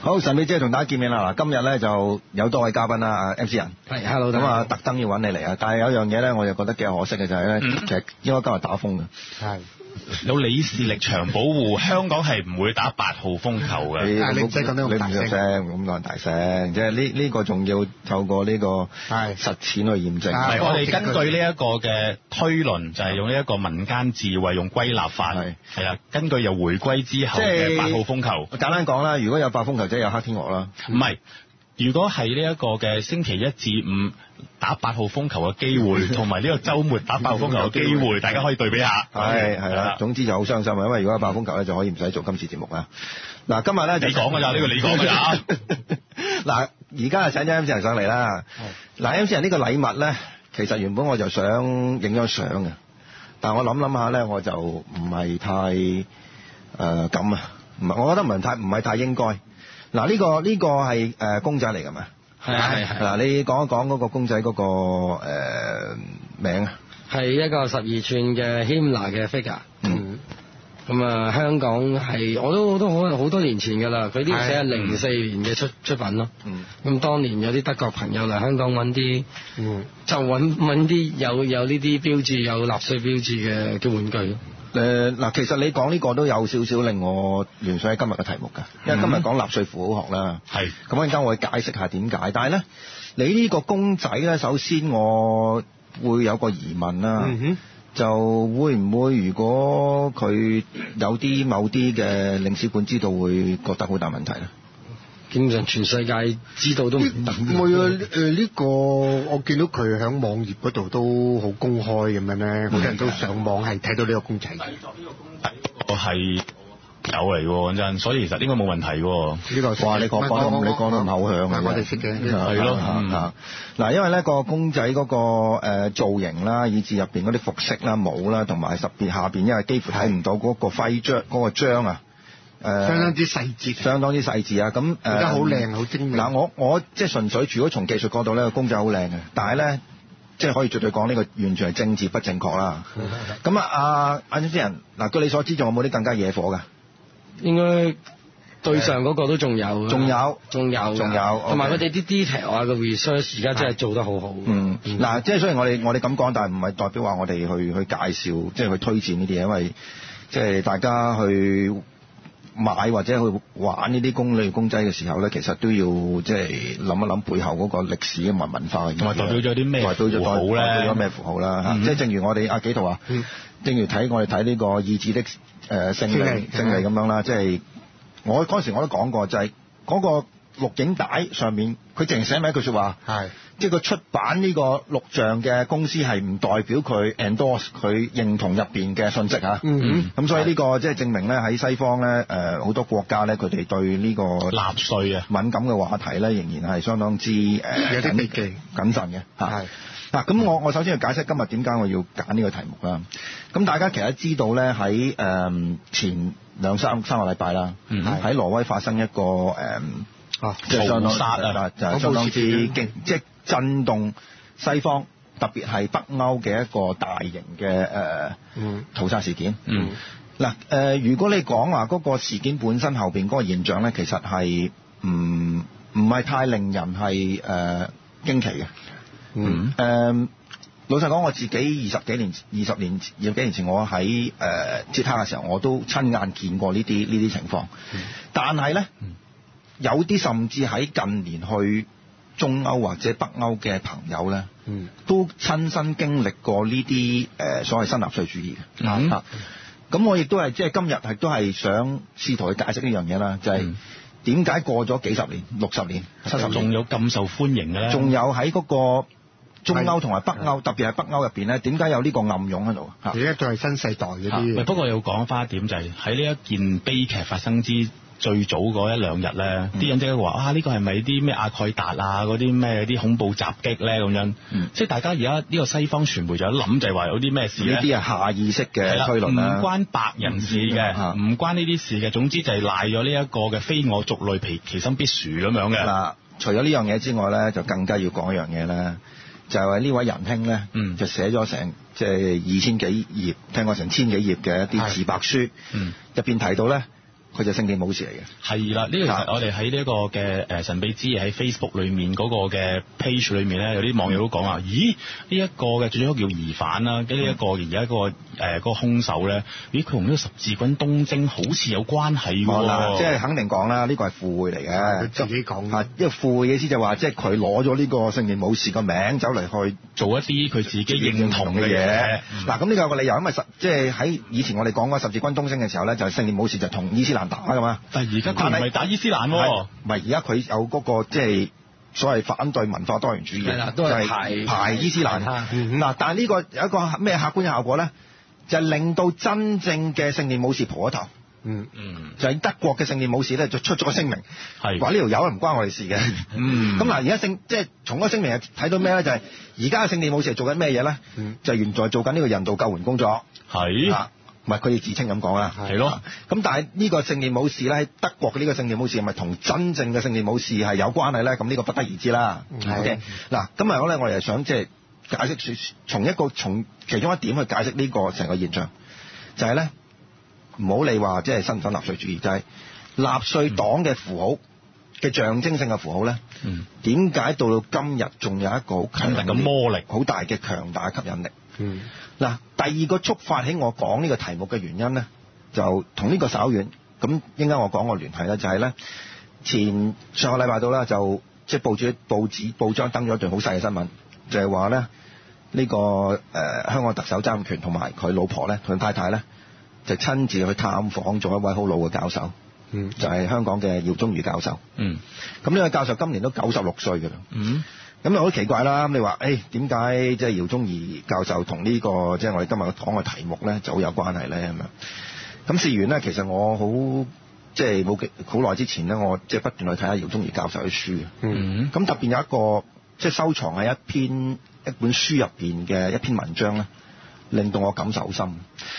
好，神秘姐同大家見面啦！嗱，今日咧就有多位嘉賓啦啊，MC 人係，hello 大咁家啊，好特登要揾你嚟啊！但係有一樣嘢咧，我就覺得幾可惜嘅就係咧，嗯其實應該今日打風嘅。係，有李士力場保護，香港係唔會打八號風球 嘅。但係你唔使講得咁大聲你唔使聲，咁講大聲，即係呢呢個仲要透過呢個實係踐去驗證。係係我哋根據呢一個嘅推論，就係用呢一個民間智慧，用歸納法，係係啦，根據由回歸之後即係嘅八號風球。簡單講啦，如果有八風球，即係有黑天鵝啦。唔係，如果係呢一個嘅星期一至五打八號風球嘅機會， 同埋呢個週末打八號風球嘅機會，大家可以對比下。係係啦，總之就好傷心啊！因為如果有八風球咧，就可以唔使做今次節目啦。嗱，今日咧就你講㗎咋呢個你講 㗎咋嗱，而家就啊請咗 MC 人上嚟啦。嗱，MC 人呢個禮物咧，其實原本我就想影張相嘅，但我諗諗下咧，我就唔係太誒咁啊，唔係，我覺得唔係太唔係太應該。嗱，呢個呢個係誒公仔嚟㗎嘛？係啊係啊係嗱，你講一講嗰個公仔嗰個誒名啊？係一個十二寸嘅 Himla 嘅 figure。嗯嗯。咁啊，香港係我都我都好好多年前㗎啦，佢呢個寫係嗯零四年嘅出出品咯。嗯。咁當年有啲德國朋友嚟香港揾啲，就揾揾啲有有呢啲標誌有納粹標誌嘅嘅玩具咯。誒嗱、其實你講呢個都有少少令我聯想喺今日嘅題目㗎，因為今日講納粹符號學啦。係咁陣間我會解釋下點解，但係咧，你呢個公仔咧，首先我會有個疑問啦，嗯就會唔會如果佢有啲某啲嘅領事館知道，會覺得好大問題咧？基本上全世界知道都唔得。唔會啊！誒、呢、個我見到佢喺網頁嗰度都好公開咁樣咧，好多人都上網係睇到呢個公仔。呢我係有嚟喎，講真，所以其實應該冇問題喎。個哇！你講講得唔你講得唔口響啊！啊！我哋識嘅，係咯嗯嚇嗱，因為咧個公仔嗰個誒造型啦，以至入邊嗰啲服飾啦、帽啦，同埋十邊下邊，因為幾乎睇唔到嗰個徽章嗰個章啊，誒相當之細節，相當之細緻啊！咁誒而家好靚啊好精美嗱，我我即係純粹，如果從技術角度咧，個公仔好靚嘅，但係咧即係可以絕對講呢個完全係政治不正確 啦。咁啊，阿阿主持人嗱，據你所知，仲有冇啲更加惹火㗎？應該對上嗰個都仲有㗎，仲有仲有㗎，仲有同埋 OK 佢哋啲 detail 啊嘅 research 而家真係做得好啊好。嗯，嗱，即係雖然我哋我哋咁講，但係唔係代表話我哋去去介紹，即係去推薦呢啲嘢，因為即係大家去買或者去玩呢啲公類公仔嘅時候咧，其實都要即係諗一諗背後嗰個歷史同埋文化嘅意義同埋代表咗啲咩代表咗符號咧代表咗咩符號啦嚇嗯即係正如我哋阿幾圖啊，正如睇我哋睇呢個意志的誒、呃、勝勝利利勝利咁樣啦，嗯即係我嗰時我都講過，就係、嗰個錄影帶上面，佢淨係寫埋一句説話。係即係佢出版呢個錄像嘅公司係唔代表佢 endorse 佢認同入邊嘅信息嚇。嗯咁所以呢個即係證明咧喺西方咧誒好多國家咧佢哋對呢個納税啊，敏感嘅話題咧仍然係相當之誒有啲避忌謹慎嘅嚇。係嗱，咁我我首先要解釋今日點解我要揀呢個題目啦。咁大家其實知道咧，喺誒、嗯前兩三三個禮拜啦，喺、嗯挪威發生一個誒、嗯啊即係相當屠殺啊就係相當之勁，即係震動西方，特別係北歐嘅一個大型嘅誒、呃嗯屠殺事件。嗯。嗱誒、呃如果你講話嗰個事件本身後邊嗰個現象咧，其實係唔唔係太令人係誒、呃、驚奇嘅。嗯誒、老實講，我自己二十幾年、二十年、二十幾年前，我喺誒捷克嘅時候，我都親眼見過呢啲呢啲情況。嗯但係呢，有啲甚至喺近年去中歐或者北歐嘅朋友呢，嗯都親身經歷過呢啲誒所謂新納粹主義嘅。嗯啊咁我亦都係即係今日係都係想試圖去解釋呢樣嘢啦，就係嗯點解過咗幾十年、六十年、七十年，仲有咁受歡迎嘅咧？仲有喺嗰個中歐同埋北歐，特別係北歐入邊咧，點解有呢個暗湧喺度啊？而家仲係新世代嗰啊唔係啲不過要講翻一點就係喺呢一件悲劇發生之最早嗰一兩日咧，嗯啲人即刻話啊呢個係咪啲咩阿蓋達啊嗰啲咩啲恐怖襲擊咧咁樣？嗯即係大家而家呢個西方傳媒就一諗就係話有啲咩事呢咧？啲係下意識係嘅啦推論啊啦。唔關白人事啊嘅，唔關呢啲事嘅，總之就係賴咗呢一個嘅非我族類，其其心必殊咁樣嘅。嗱，除咗呢樣嘢之外咧，就更加要講一樣嘢咧，就係話呢位仁兄咧，嗯就寫咗成即係二千幾頁，聽講成千幾頁嘅一啲係自白書嗯，入邊提到咧，佢就聖殿武士嚟嘅。係啦，呢、個其啊實我哋喺呢一個嘅誒神秘之夜喺 Facebook 裏面嗰個嘅 page 裏面咧，有啲網友都講話：咦，呢、一個嘅最好叫疑犯啦，跟呢一個嗯而家嗰個誒、嗰個兇手咧，咦，佢同呢個十字軍東征好似有關係冇啦，喎，哦即係肯定講啦，呢個係附會嚟嘅。佢自己講啊，因為附會嘅意思就話，即係佢攞咗呢個聖殿武士個名走嚟去做一啲佢自己認同嘅嘢嘢。。嗯嗱，咁呢個有個理由，因為十即係喺以前我哋講嗰個十字軍東征嘅時候咧，就係聖殿武士就同伊斯蘭打噶嘛。但係而家佢唔但係係打伊斯蘭喎、係唔係而家佢有嗰、個即係所謂反對文化多元主義，係啦都係就排排伊斯蘭。排嗯嗱，但係呢個有一個咩客觀嘅效果咧？就係令到真正嘅聖殿武士蒲咗頭，嗯，嗯，就係德國嘅聖殿武士咧就出咗個聲明，係話呢條友係唔關我哋事嘅。嗯咁嗱，而家聖即係從嗰個聲明睇到咩咧？就係而家嘅聖殿武士係做緊咩嘢咧嗯？就係原在做緊呢個人道救援工作。係啊，唔係佢哋自稱咁講啦，啊係咯。咁但係呢個聖殿武士咧，喺德國嘅呢個聖殿武士係咪同真正嘅聖殿武士係有關係咧？咁呢個不得而知啦。嗯係 OK，嗱，今日咧我哋係想即係解釋説，從一個從其中一點去解釋呢個成個現象，就係咧唔好理話即係身份納粹主義，就係、納粹黨嘅符號嘅象徵性嘅符號咧，嗯點解到到今日仲有一個好強強大嘅魔力好大嘅強大嘅吸引力？嗯，嗱，第二個觸發起我講呢個題目嘅原因呢，就同呢個稍遠。咁應該我講個聯繫咧，就係呢。前上個禮拜到啦，就即係報紙報紙報章登咗一段好細嘅新聞，就係話呢，呢、個呃香港特首曾蔭權同埋佢老婆呢，佢太太呢，就親自去探訪咗一位好老嘅教授，嗯就係香港嘅耀宗宇教授。嗯咁呢位教授今年都九十六歲㗎啦。嗯咁又啊好奇怪啦！咁你話，誒點解即係姚宗儀教授同呢、個即係我哋今日講嘅題目咧就好有關係咧咁樣？咁事完咧，其實我好即係冇幾好耐之前咧，我即係不斷去睇下姚宗儀教授嘅書啊嘅。嗯咁特別有一個即係收藏喺一篇一本書入邊嘅一篇文章咧，令到我感受好深。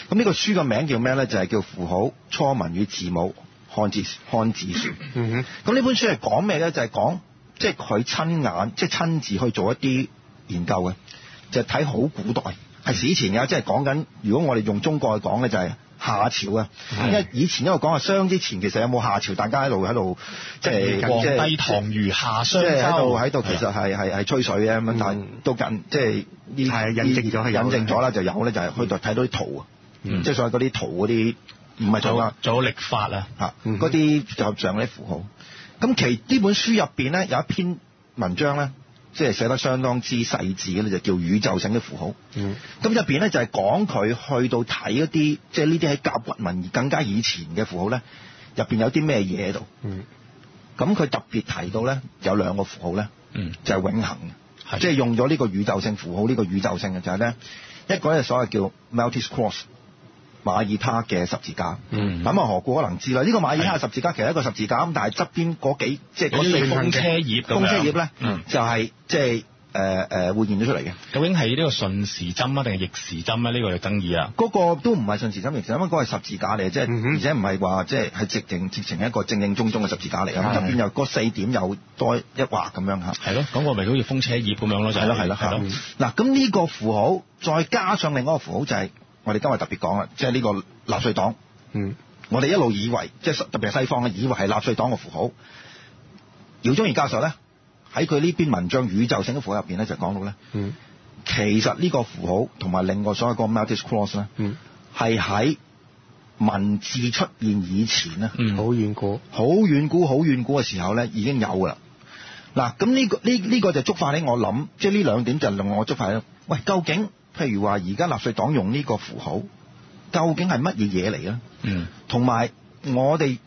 咁呢個書嘅名叫咩咧？就係、叫符號、初文與字母、漢字漢字書。嗯哼，咁呢本書係講咩咧？就係、講即係佢親眼即係親自去做一啲研究嘅，就係睇好古代係史前嘅，即係講緊如果我哋用中國去講嘅就係夏朝啊，因為以前一路講話商之前其實有冇夏朝，大家喺度喺度即係皇即係帝唐虞夏即商周係喺度喺度，其實係係係吹水嘅咁樣，但係到近即係呢啊嗯係引證咗係有引證咗啦，就有咧就係去到睇到啲圖啊，嗯即係所謂嗰啲圖嗰啲唔係圖仲有啦。仲有歷法啊，嚇，嗯嗰啲就上嗰啲符號。咁其呢本書入邊咧有一篇文章咧，即係寫得相當之細緻嘅咧，就叫宇宙性嘅符號。嗯咁入邊咧就係講佢去到睇一啲，即係呢啲喺甲骨文更加以前嘅符號咧，入邊有啲咩嘢喺度。嗯咁佢特別提到咧有兩個符號咧，嗯就係、永恆嘅。係即係用咗呢個宇宙性符號，呢、個宇宙性嘅就係咧，一個咧所謂叫 Maltese Cross 馬爾他嘅十字架。嗯咁啊何故可能知啦？呢、個馬爾他嘅十字架其實係一個十字架，咁但係側邊嗰幾即係嗰有啲四風份車葉咁樣風車葉咧嗯，就係即係誒誒會現咗出嚟嘅。究竟係呢個順時針啊定係逆時針咧？呢個有爭議啊。嗰個都唔係順時針逆時針，因為嗰個係十字架嚟嘅，即係、嗯哼而且唔係話即係係直情直情一個正正宗宗嘅十字架嚟嘅，入邊有嗰四點有多一畫咁樣嚇。係咯，咁我咪好似風車葉咁樣咯，就係咯係咯係咯。嗱，咁呢個符號再加上另一個符號就係我哋今日特別講啦，即係呢個納粹黨。嗯我哋一路以為，即係特別係西方嘅，以為係納粹黨嘅符號。姚宗儀教授咧喺佢呢篇文章《宇宙性嘅符號》入邊咧就講到咧，嗯其實呢個符號同埋另外所謂嗰個 Maltese Cross 咧，嗯，係喺文字出現以前咧，嗯，好遠過，好遠古、好遠古嘅時候咧，已經有㗎啦。嗱，咁呢、個呢呢、個就觸發起我諗，即係呢兩點就令我觸發起，喂，究竟譬如話而家納粹黨用呢個符號，究竟係乜嘢嘢嚟咧？嗯同埋我哋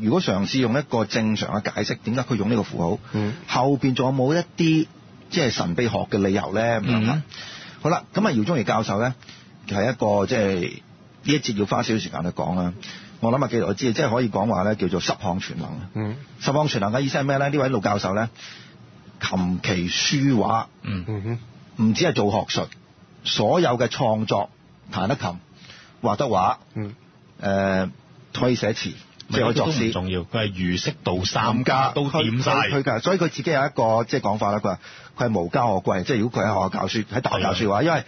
如果嘗試用一個正常嘅解釋，點解佢用呢個符號？嗯後邊仲有冇一啲即係神秘學嘅理由咧？咁樣嗯啦好啦，咁啊，姚宗儀教授咧就係、一個即係呢一節要花少少時間去講啦。我諗啊，記得我知，即係可以講話咧叫做十項全能。嗯十項全能嘅意思係咩咧？呢位老教授咧，琴棋書畫嗯嗯哼，唔止係做學術，所有嘅創作彈得琴、畫得畫。嗯誒、可以寫詞，即係可以作都唔詩。重要，佢係儒釋道三家都點晒，佢佢㗎，所以佢自己有一個即係講法啦。佢話佢係無家可歸，即係如果佢喺學校教書，喺大學教書嘅話，因為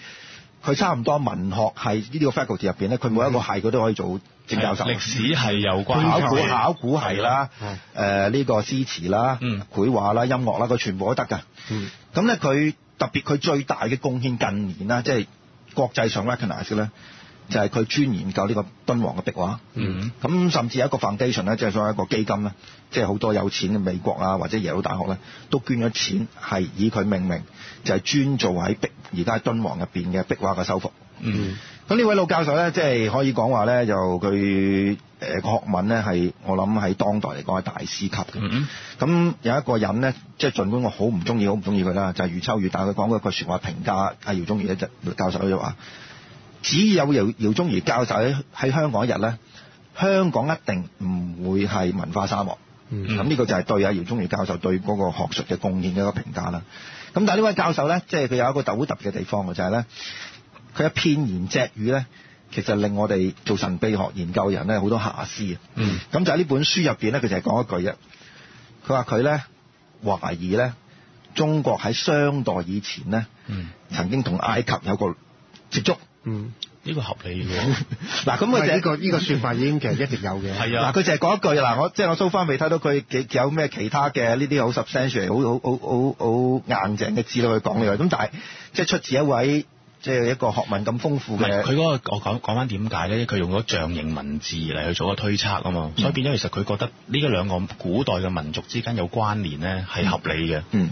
佢差唔多文學系呢個 faculty 入邊咧，佢每一個系佢都可以做正教授。歷史啊係有關考古嘅考古係啦，誒呢個詩詞啦嗯、繪畫啦、音樂啦，佢全部都得㗎。嗯咁咧佢特別佢最大嘅貢獻近年啦，即係國際上 recognise 嘅咧，就係佢專研究呢個敦煌嘅壁畫。嗯咁甚至有一個 foundation 咧，即係所謂一個基金咧，即係好多有錢嘅美國啊或者耶魯大學咧，都捐咗錢係以佢命名，就係專做喺壁而家喺敦煌入邊嘅壁畫嘅修復。嗯咁呢位老教授咧，即係可以講話咧，就佢誒個學問咧係我諗喺當代嚟講係大師級嘅。嗯咁有一個人咧，即係盡管我好唔中意，好唔中意佢啦，就係、余秋雨，但係佢講過一句説話評價阿姚宗儀咧，就教授就話：只有姚姚宗儀教授喺喺香港一日咧，香港一定唔會係文化沙漠。嗯咁呢個就係對阿姚宗儀教授對嗰個學術嘅貢獻嘅一個評價啦。咁但係呢位教授咧，即係佢有一個特好特別嘅地方嘅就係咧，佢一片言隻語咧，其實令我哋做神秘學研究嘅人咧好多遐思嘅。嗯咁就喺呢本書入邊咧，佢就係講一句啫。佢話佢咧懷疑咧，中國喺商代以前咧，嗯， 曾經同埃及有個接觸。嗯，呢個合理喎。 嗱，咁咁佢啊就呢個呢個説法已經其實一直有嘅，係嗱，啊，佢就係講一句嗱，我即係我 so far 未睇到佢幾有咩其他嘅呢啲好 substantial、好好好好好硬淨嘅資料去講呢樣。咁但係即係出自一位即係一個學問咁豐唔富係嘅，佢嗰個我講講翻點解咧？佢用咗象形文字嚟去做個推測啊嘛，所以變咗其實佢覺得呢個兩個古代嘅民族之間有關聯咧係合理嘅。嗯。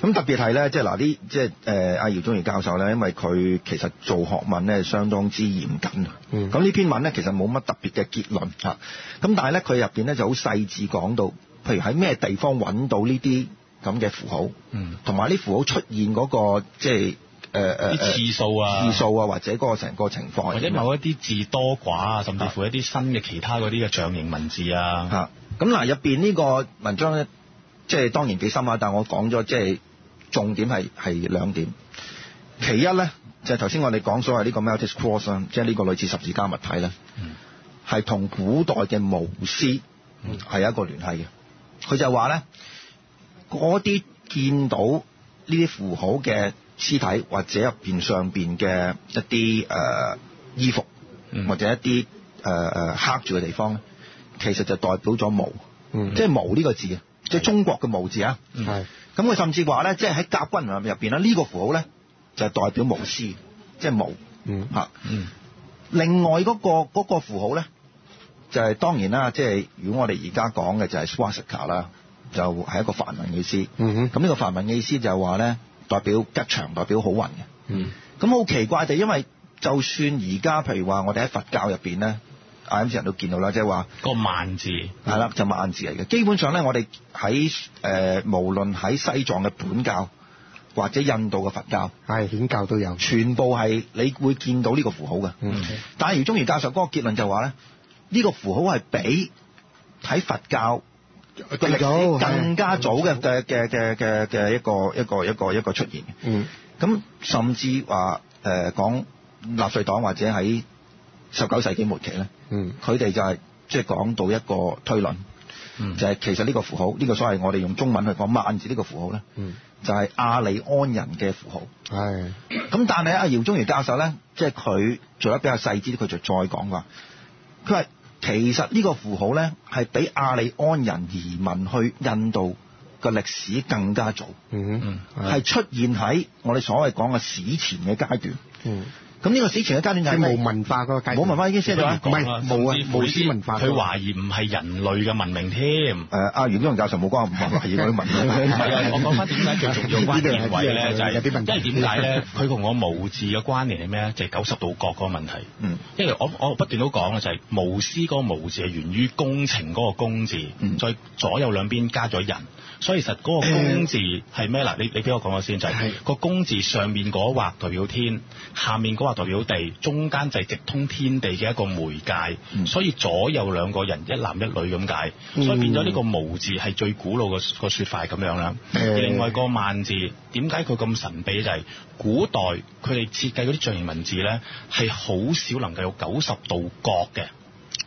咁特別係咧，即係嗱啲即係誒阿姚宗儀教授咧，因為佢其實做學問咧相當之嚴謹啊。嗯咁呢篇文咧其實冇乜特別嘅結論嚇，咁但係咧佢入邊咧就好細緻講到，譬如喺咩地方揾到呢啲咁嘅符號，嗯，同埋呢符號出現嗰、個即係誒誒啲次數啊，次數啊，或者嗰個成個情況啊或者某一啲字多寡啊，甚至乎一啲新嘅其他嗰啲嘅象形文字啊，嚇。咁嗱，入邊呢個文章咧，即係當然幾深啊，但我講咗即係重點係係兩點。其一咧就係頭先我哋講所謂呢個 Maltese Cross 啦，即係呢個類似十字架物體咧嗯，係同古代嘅巫師係有一個聯繫嘅。佢就話咧，嗰啲見到呢啲符號嘅屍體或者入邊上邊嘅一啲誒、呃衣服。嗯或者一啲誒誒黑住嘅地方咧，其實就代表咗毛，嗯即係毛呢個字啊，即係中國嘅毛字啊。嗯係咁佢甚至話咧，即係喺甲骨文入邊咧，呢、個符號咧就係代表巫師，即係毛嗯嚇。嗯另外嗰、個嗰、個符號咧，就係、當然啦，即係如果我哋而家講嘅就係 swastika 啦，就係一個梵文嘅意思。咁嗯哼呢、個梵文嘅意思就係話咧，代表吉祥，代表好運嘅。嗯咁好奇怪地，因為就算而家譬如話我哋喺佛教入邊咧，啊 M 人都見到啦，即係話個萬字，係啦，就萬字嚟嘅。基本上咧，我哋喺誒無論喺西藏嘅本教或者印度嘅佛教，係顯教都有，全部係你會見到呢個符號嘅。嗯但係姚宗儀教授嗰個結論就話咧，呢、個符號係比睇佛教嘅歷史更加早嘅嘅嘅嘅嘅嘅一個一個一個一個出現嘅。嗯咁甚至話誒、呃、講納粹黨或者喺十九世紀末期咧，嗯佢哋就係即係講到一個推論，嗯就係、其實呢個符號，呢、個所謂我哋用中文去講萬字呢個符號咧，嗯就係、阿里安人嘅符號。係咁但係阿姚宗儀教授咧，即係佢做得比較細緻，佢就再講話，佢話其實呢個符號咧係比阿里安人移民去印度嘅歷史更加早。嗯嗯哼係出現喺我哋所謂講嘅史前嘅階段。嗯咁呢個史前嘅階段即就係係咩冇文化嗰個階段冇文化已經先不咗如啦。唔係講啦冇啊甚至乎無知文化佢懷疑唔係人類嘅文明添。誒，啊阿袁宗仁教授冇關我唔係疑嗰啲 係文啊， 我講翻點解最重要關鍵位咧，就係有啲問題因為點解咧？佢同我無字嘅關聯係咩咧？就係九十度角嗰個問題。嗯，因為我我不斷都講啦，就係無私嗰個無字係源於工程嗰個工字嗯，再左右兩邊加咗人，所以其實嗰個工字係咩嗱？你你俾我講咗先，就係係個工字上面嗰畫代表天，下面嗰畫代表地，中間就係直通天地嘅一個媒介，嗯所以左右兩個人一男一女咁解，嗯所以變咗呢個無字係最古老嘅個説法係咁樣啦。誒而另外個萬字點解佢咁神秘就係、古代佢哋設計嗰啲象形文字咧係好少能夠有九十度角嘅，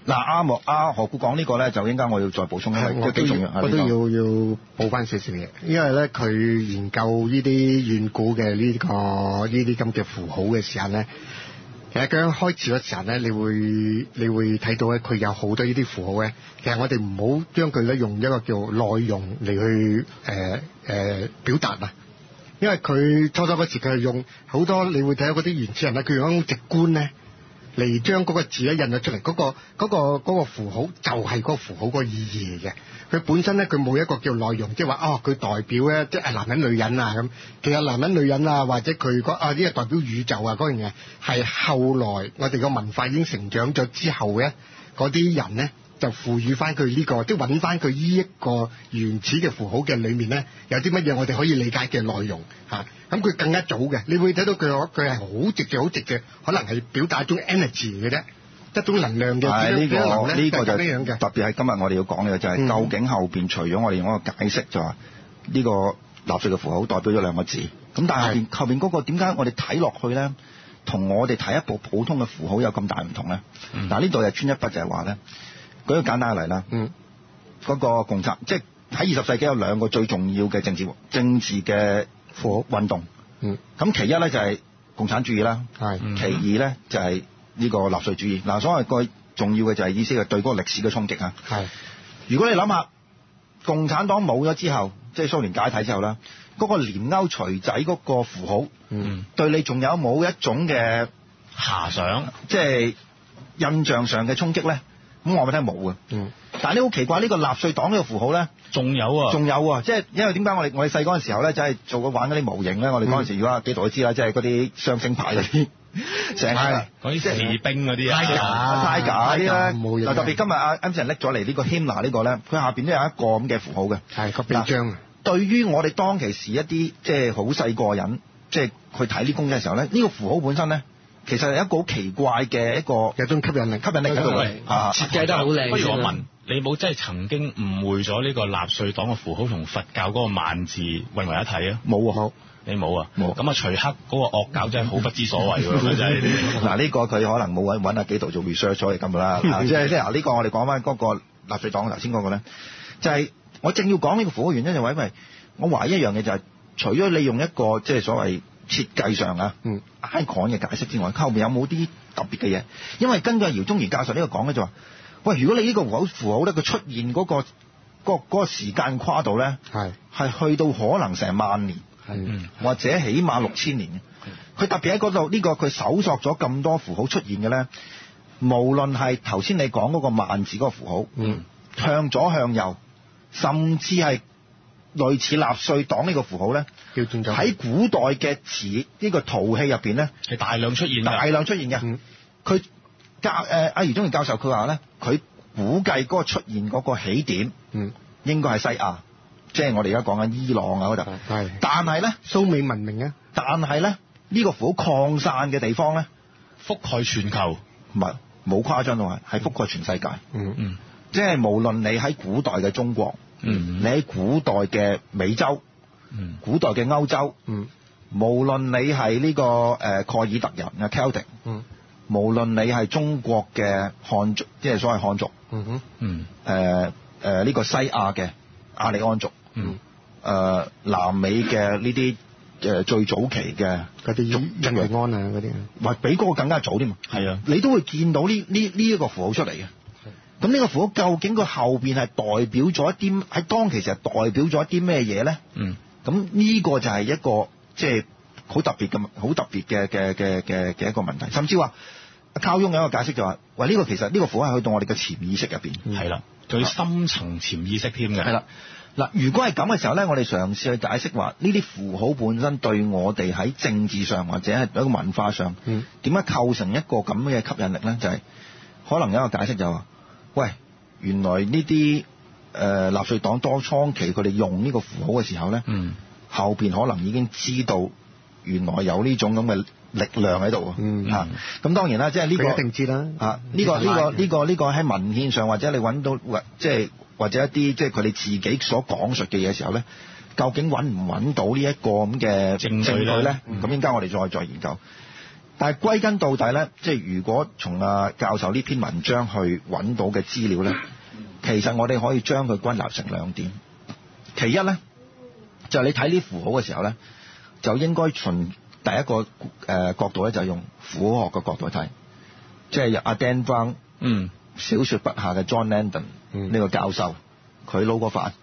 嗱啱喎，阿何故講呢個咧，就應該我要再補充一下，都我都幾重要要，啊！我都呢個要要補翻少少嘢，因為咧佢研究呢啲遠古嘅呢、個呢啲咁嘅符號嘅時候咧，其實佢開始嗰時候咧，你會你會睇到咧，佢有好多呢啲符號咧。其實我哋唔好將佢咧用一個叫內容嚟去誒誒、呃呃表達啊。因為佢初初嗰時佢係用好多，你會睇到嗰啲原始人咧，佢用一種直觀咧嚟將嗰個字咧印咗出嚟，嗰、個嗰、個嗰個符號就係嗰個符號個意義嚟嘅。佢本身咧佢冇一個叫內容，即係話哦，佢代表咧即係男人女人啊咁。其實男人女人啊，或者佢嗰啊呢、個代表宇宙啊嗰樣嘢，係後來我哋個文化已經成長咗之後咧，嗰啲人咧。就賦予翻佢呢個，即係揾翻佢呢一個原始嘅符號嘅裏面咧，有啲乜嘢我哋可以理解嘅內容嚇。咁、佢更加早嘅，你會睇到佢可佢係好直嘅，好直嘅，可能係表達一種 energy 嘅啫，一種能量嘅。係啊呢點樣流個咧呢個就就係咁樣嘅。特別係今日我哋要講嘅就係嗯究竟後邊除咗我哋用一個解釋就話呢個納粹嘅符號代表咗兩個字，咁但係後邊後邊嗰個點解我哋睇落去咧，同我哋睇一部普通嘅符號有咁大唔同咧？嗱呢度又穿一筆就係話咧，舉個簡單嘅例啦，嗯嗰個共產即係喺二十世紀有兩個最重要嘅政治政治嘅符號運動，嗯咁其一咧就係共產主義啦。係嗯其二咧就係呢個納粹主義。嗱，所謂個重要嘅就係意思係對嗰個歷史嘅衝擊啊。係如果你諗下，共產黨冇咗之後，即係蘇聯解體之後啦，嗰、個連鈎錘仔嗰個符號，嗯對你仲有冇一種嘅遐想，即係印象上嘅衝擊咧？咁我咪聽冇嘅。嗯但係呢好奇怪，呢、個納粹黨呢個符號咧，仲有啊，仲有喎，即係因為點解我哋我哋細嗰陣時候咧，就係做過玩嗰啲模型咧，我哋嗰嗯陣時如果幾代都知啦，即係嗰啲雙星牌嗰啲，成日係。嗰啲士兵嗰啲拉啊，架太假啲啦，冇嘢嗱特別今日阿 M 人拎咗嚟呢個 Himla 呢個咧，佢下邊都有一個咁嘅符號嘅。係個臂章啊，對於我哋當其時一啲即係好細個人，即係去睇呢公仔嘅時候咧，呢、個符號本身咧，其實係一個好奇怪嘅一個有種吸引力，吸引力喺度嘅啊。設計得好靚。不如我問你，冇真係曾經誤會咗呢個納粹黨嘅符號同佛教嗰個萬字混為一體啊？冇喎，你冇啊？冇咁啊，徐克嗰個惡搞真係好不知所謂喎， 真係呢啲。嗱呢個佢可能冇揾揾阿幾度做 research 所以咁 啦。啊嗱即係即係嗱呢個我哋講翻嗰個納粹黨頭先嗰個咧，就係、我正要講呢個符號原因就係因為我懷疑一樣嘢就係、除咗你用一個即係所謂設計上啊。嗯 icon 嘅解釋之外，後面有冇啲特別嘅嘢？因為根據姚宗儀教授呢個講咧，就話：喂，如果你呢個符號符號咧，佢出現嗰、個嗰、嗰個時間跨度咧，係係去到可能成萬年係嗯或者起碼六千年嘅。佢特別喺嗰度呢個佢搜索咗咁多符號出現嘅咧，無論係頭先你講嗰個萬字嗰個符號，嗯向左向右，甚至係類似納粹黨呢個符號咧，叫轉咗喺古代嘅詞呢個陶器入邊咧。係大量出現大㗎。量出現嘅嗯。佢教誒阿余宗賢教授佢話咧，佢估計嗰個出現嗰個起點嗯應該係西亞，即係我哋而家講緊伊朗啊嗰度。係但係咧，蘇美文明啊，但係咧，呢、個符號擴散嘅地方咧，覆蓋全球。唔係冇誇張到係，係覆蓋全世界。嗯嗯即係無論你喺古代嘅中國，嗯你喺古代嘅美洲、嗯古代嘅歐洲，嗯無論你係呢、個誒、呃、蓋爾特人啊 Celtic，嗯無論你係中國嘅漢族，即係所謂漢族。嗯哼嗯誒誒呢個西亞嘅亞利安族，誒、呃嗯南美嘅呢啲誒最早期嘅嗰啲族印第安啊嗰啲啊。或比嗰個更加早添嘛，係啊，你都會見到呢呢呢一個符號出嚟嘅。咁呢個符號究竟佢後邊係代表咗一啲喺當其時係代表咗一啲咩嘢咧？嗯咁呢個就係一個即係好特別嘅、好特別嘅嘅嘅嘅嘅一個問題，甚至話靠翁有一個解釋就話：喂，呢、個其實呢、個符號係去到我哋嘅潛意識入邊。係啦，最深層潛意識添嘅。嗯啊係啦。嗱，如果係咁嘅時候咧，我哋嘗試去解釋話呢啲符號本身對我哋喺政治上或者係一個文化上嗯點解構成一個咁嘅吸引力咧？就係、可能有一個解釋就係話、喂，原來呢啲誒納粹黨當初期佢哋用呢個符號嘅時候咧，嗯後邊可能已經知道原來有呢種咁嘅力量喺度啊嗯啊！咁當然啦，即係呢、個佢一定知啦啊！呢、個呢、個呢、個呢、個喺文獻上或者你揾到或即係或者一啲即係佢哋自己所講述嘅嘢時候咧，究竟揾唔揾到呢一個咁嘅證據據呢嗯咧？咁應該我哋再再研究。但係歸根到底咧，即係如果從啊教授呢篇文章去揾到嘅資料咧，其實我哋可以將佢歸納成兩點。其一咧，就係你睇呢符號嘅時候咧，就應該從第一個誒、呃角度咧，就用符號學嘅角度去睇，即係由阿 Dan Brown 嗯小説筆下嘅 John Landon 嗯呢個教授，佢撈個法。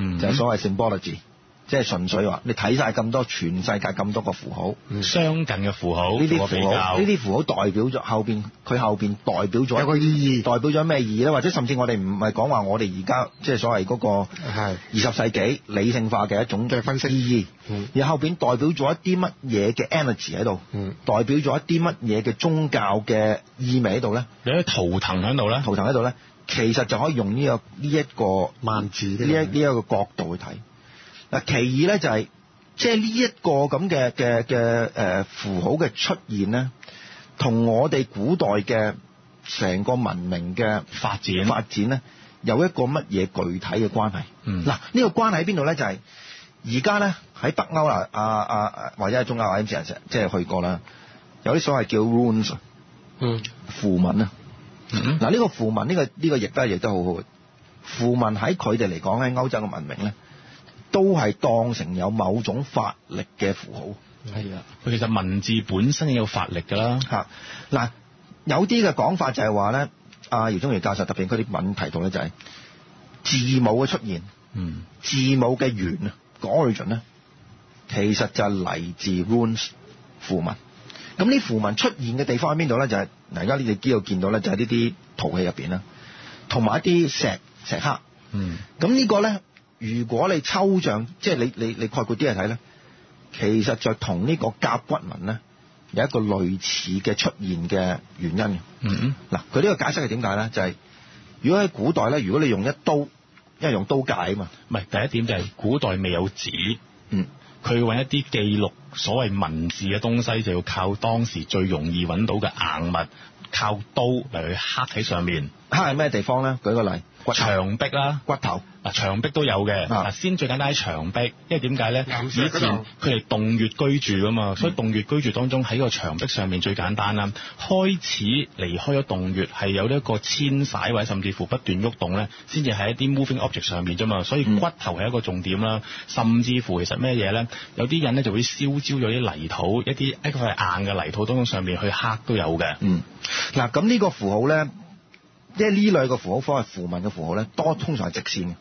嗯，就係所謂 symbology，即係純粹話你睇晒咁多全世界咁多個符號，呢相近嘅符號啲做個符比號較嗯呢。啲符號代表咗後邊佢後邊代表咗有個意義代表咗咩意義咧？或者甚至我哋唔係講話我哋而家即係所謂嗰個係二十世紀理性化嘅一種嘅分析意義，嗯而後邊代表咗一啲乜嘢嘅 energy 喺度，嗯代表咗一啲乜嘢嘅宗教嘅意味喺度咧，你喺圖騰喺度咧，圖騰喺度咧，其實就可以用呢、個呢一、個萬字呢呢一呢一個角度去睇。嗱，其二咧就係、即係呢一個咁嘅嘅嘅誒符號嘅出現咧，同我哋古代嘅成個文明嘅發展發展咧，有一個乜嘢具體嘅關係？嗯嗱，呢個關係喺邊度咧？就係而家咧喺北歐啦，啊啊啊或者係中歐 M 人即係去過啦，有啲所謂叫 runes 嗯符文啊。嗯嗱，呢個符文呢、個呢、個亦都係亦都好好嘅。符文喺佢哋嚟講咧，歐洲嘅文明咧，都係當成有某種法力嘅符係啊，佢其實文字本身已經有法力㗎啦號。嚇。嗱、有啲嘅講法就係話咧，阿姚宗儀教授特別嗰啲文提到咧就係、字母嘅出現，嗯字母嘅源啊個，origin 咧，其實就係嚟自 runes 符文。咁呢符文出現嘅地方喺邊度咧？就係、嗱，而家你哋知道見到咧，就係呢啲陶器入邊啦，同埋一啲石石刻。嗯，咁呢個呢，如果你抽象，即係你你你概括啲嚟睇呢，其實就同呢個甲骨文呢，有一個類似嘅出現嘅原因嘅。嗯嗱，佢呢個解釋係點解呢？就係、如果喺古代呢，如果你用一刀，因為用刀界啊嘛，唔係第一點就係古代未有紙，嗯，佢揾一啲記錄所謂文字嘅東西，就要靠當時最容易揾到嘅硬物，靠刀嚟去刻喺上面。刻係咩地方呢？舉個例，骨頭牆壁啦，骨頭，嗱牆壁都有嘅。啊嗱，先最簡單喺牆壁，因為點解咧？岩以石前嗰度佢哋洞穴居住噶嘛，所以洞穴居住當中喺個牆壁上面最簡單啦。開始離開咗洞穴係有呢一個遷徙或者甚至乎不斷喐動咧，先至喺一啲 moving object 上面啫嘛。所以嗯骨頭係一個重點啦，甚至乎其實咩嘢咧？有啲人咧就會燒焦咗啲泥土，一啲一塊硬嘅泥土當中上面去刻都有嘅。嗯，嗱，咁呢個符號呢，即係呢類嘅符號方係符文嘅符號呢，多通常係直線嘅，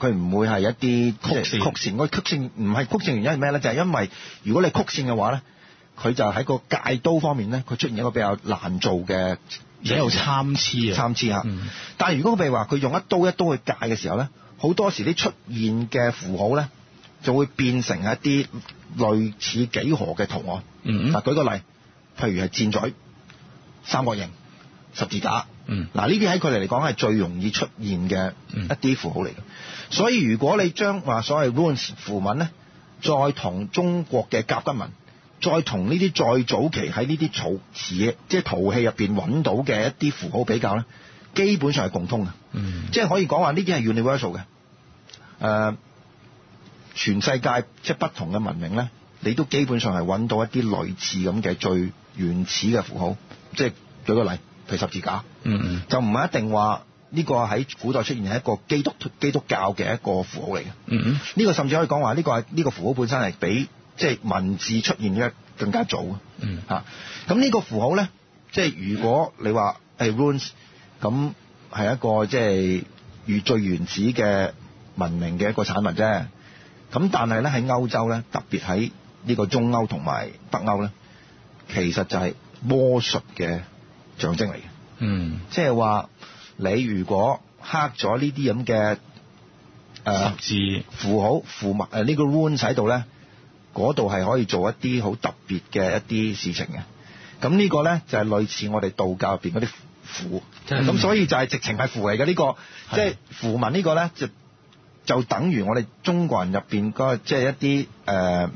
佢唔會係一啲曲線即係曲線，個曲線唔係曲線原因係咩呢？就係、因為如果你曲線嘅話呢，佢就喺個界刀方面呢，佢出現一個比較難做嘅而家有參差啊，參差嚇。嗯但係如果譬如話佢用一刀一刀去界嘅時候呢，好多時啲出現嘅符號呢，就會變成一啲類似幾何嘅圖案。嗯嗱，舉個例，譬如係箭嘴、三角形、十字架。嗯嗱，呢啲喺佢哋嚟講係最容易出現嘅嗯一啲符號嚟嘅。所以如果你將話所謂 runes 符文呢，再同中國嘅甲骨文，再同呢啲再早期喺呢啲草紙，即係陶器入邊揾到嘅一啲符號比較呢，基本上係共通嘅。嗯即係可以講話呢啲係 universal 嘅。誒、呃全世界即係不同嘅文明咧，你都基本上係揾到一啲類似咁嘅最原始嘅符號。即係舉個例，譬如十字架，嗯嗯。就唔係一定話呢個喺古代出現係一個基督基督教嘅一個符號嚟嘅。嗯嗯呢、個甚至可以講話呢個係呢、個符號本身係比即係文字出現嘅更加早嘅。嗯嚇。啊咁呢個符號咧，即係如果你話誒 runes，咁係一個即係越最原始嘅文明嘅一個產物啫。咁但係咧喺歐洲咧，特別喺呢個中歐同埋北歐咧，其實就係魔術嘅象徵嚟嘅。嗯即係話你如果刻咗呢啲咁嘅誒十字符號符文誒呢個 rune 喺度咧，嗰度係可以做一啲好特別嘅一啲事情嘅。咁呢個咧就係、類似我哋道教入邊嗰啲符，真係咁所以就係直情係符嚟嘅呢個，即係符文呢個咧就就等於我哋中國人入邊嗰個即係一啲誒、呃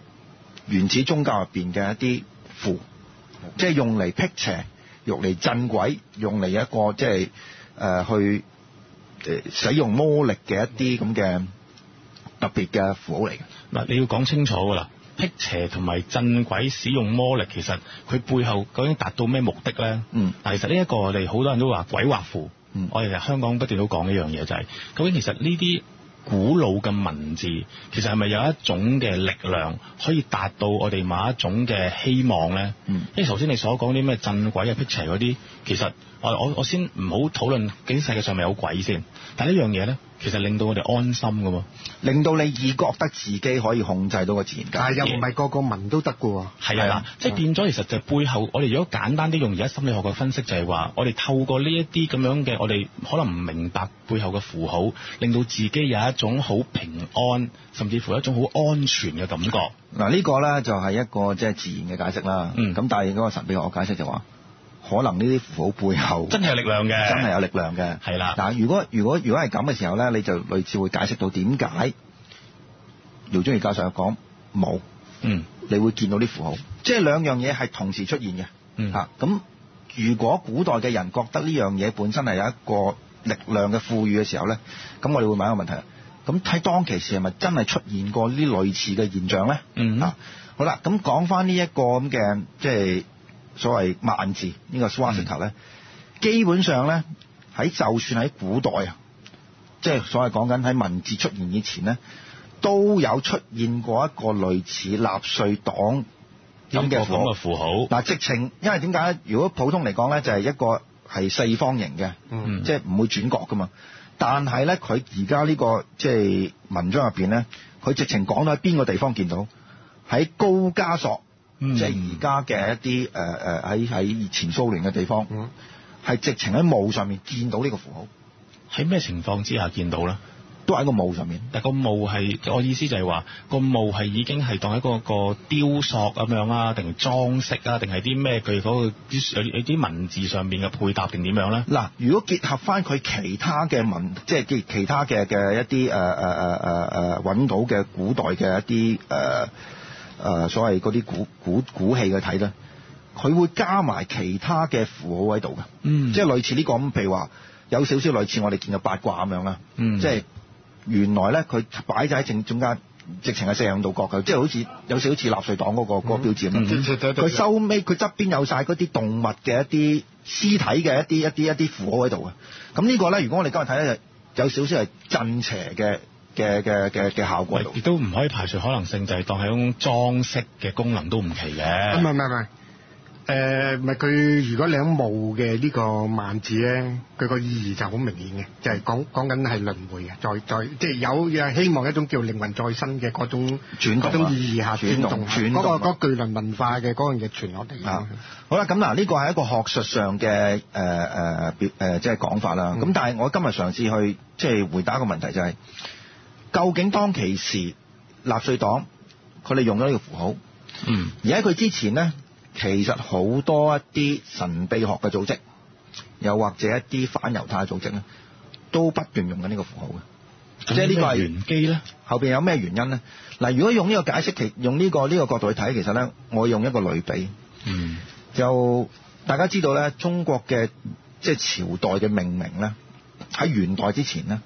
原始宗教入邊嘅一啲符，即係用嚟辟邪，用嚟鎮鬼，用嚟一個即係誒、呃去誒使用魔力嘅一啲咁嘅特別嘅符號嚟嘅。嗱，你要講清楚㗎啦。辟邪同埋鎮鬼使用魔力，其實佢背後究竟達到咩目的咧？嗯嗱，其實呢一個我哋好多人都話鬼畫符，嗯我哋香港不斷都講呢樣嘢就係、究竟其實呢啲古老嘅文字，其實係咪有一種嘅力量可以達到我哋某一種嘅希望咧？嗯因為頭先你所講啲咩鎮鬼啊、辟邪嗰啲，其實我我我先唔好討論究竟世界上咪有鬼先，但係呢樣嘢咧，其實令到我哋安心噶喎。令到你已覺得自己可以控制到個自然界。但係又唔係個個文都得嘅係喎。啊，係嗱啊，即係變咗，其實就背後，我哋如果簡單啲用而家心理學嘅分析，就係話，我哋透過呢一啲咁樣嘅，我哋可能唔明白背後嘅符號，令到自己有一種好平安，甚至乎一種好安全嘅感覺。嗱呢個咧就係一個即係自然嘅解釋啦。嗯咁但係嗰個神秘學嘅解釋就話，可能呢啲符號背後真係有力量嘅，真係有力量嘅。係啦嗱，如果如果如果係咁嘅時候咧，你就類似會解釋到點解姚宗儀教授講冇，嗯，你會見到啲符號，即係兩樣嘢係同時出現嘅。嗯啊咁、如果古代嘅人覺得呢樣嘢本身係有一個力量嘅賦予嘅時候咧，咁我哋會問一個問題啦。咁睇當其時係咪真係出現過呢類似嘅現象咧？嗯啊，好啦，咁講翻呢一個咁嘅即係所謂萬字呢、個 s w a s t i k a 咧，嗯基本上咧喺就算喺古代啊，即係所謂講緊喺文字出現以前咧，都有出現過一個類似納粹黨有咁個嘅咁符號嘅符號，嗱，直情因為點解咧？如果普通嚟講咧，就係、一個係四方形嘅，嗯即係唔會轉角噶嘛。但係咧，佢而家呢個即係文章入邊咧，佢直情講到喺邊個地方見到？喺高加索，嗯即係而家嘅一啲誒誒喺喺前蘇聯嘅地方，係、嗯直情喺墓上面見到呢個符號，喺咩情況之下見到咧？都喺個墓上面。但個墓係，我意思就係話個墓係已經係當一個個雕塑咁樣啊，定裝飾啊，定係啲咩佢嗰個啲有啲有啲文字上面嘅配搭定點樣咧？嗱，如果結合翻佢其他嘅文，即係其其他嘅嘅一啲誒誒呃誒誒誒呃揾到嘅古代嘅一啲誒誒所謂嗰啲古古古器嘅睇咧，佢會加埋其他嘅符號喺度嘅，嗯即係類似呢、個咁，譬如話有少少類似我哋見嘅八卦咁樣啦，嗯即係原來咧佢擺咗喺正中間，直情係四十五度角嘅，即係好似有少少似納粹黨嗰、個嗰、個標誌咁。嗯即係睇到佢收尾佢側邊有晒嗰啲動物嘅一啲屍體嘅一啲一啲一啲符號喺度嘅。咁呢個咧，如果我哋今日睇咧，就有少少係鎮邪嘅嘅嘅嘅嘅效果喺度喂亦。都唔可以排除可能性，就係當係一種裝飾嘅功能都唔奇唔係啊嘅。唔係唔係，誒唔係佢如果你喺墓嘅呢個萬字咧，佢個意義就好明顯嘅，就係講講緊係輪迴嘅，再再即係有有希望一種叫靈魂再生嘅嗰種轉動啊嗰種意義下轉轉動動啊，轉動啊嗰個嗰巨輪文化嘅嗰樣嘢傳落嚟啊，好啦，咁嗱，呢個係一個學術上嘅誒誒表誒，即係講法啦。咁、嗯但係我今日嘗試去即係回答一個問題、就係究竟當其時納粹黨佢哋用咗呢個符號，嗯而喺佢之前呢，其實好多一啲神秘學嘅組織，又或者一啲反猶太嘅組織呢，都不斷用緊呢個符號嘅。即係呢個係咁咩玄機咧。後邊有咩原因呢？嗱，如果用呢個解釋，其用呢、個呢、個角度去睇，其實呢，我用一個類比，嗯就大家知道呢，中國嘅即係朝代嘅命名呢，喺元代之前呢，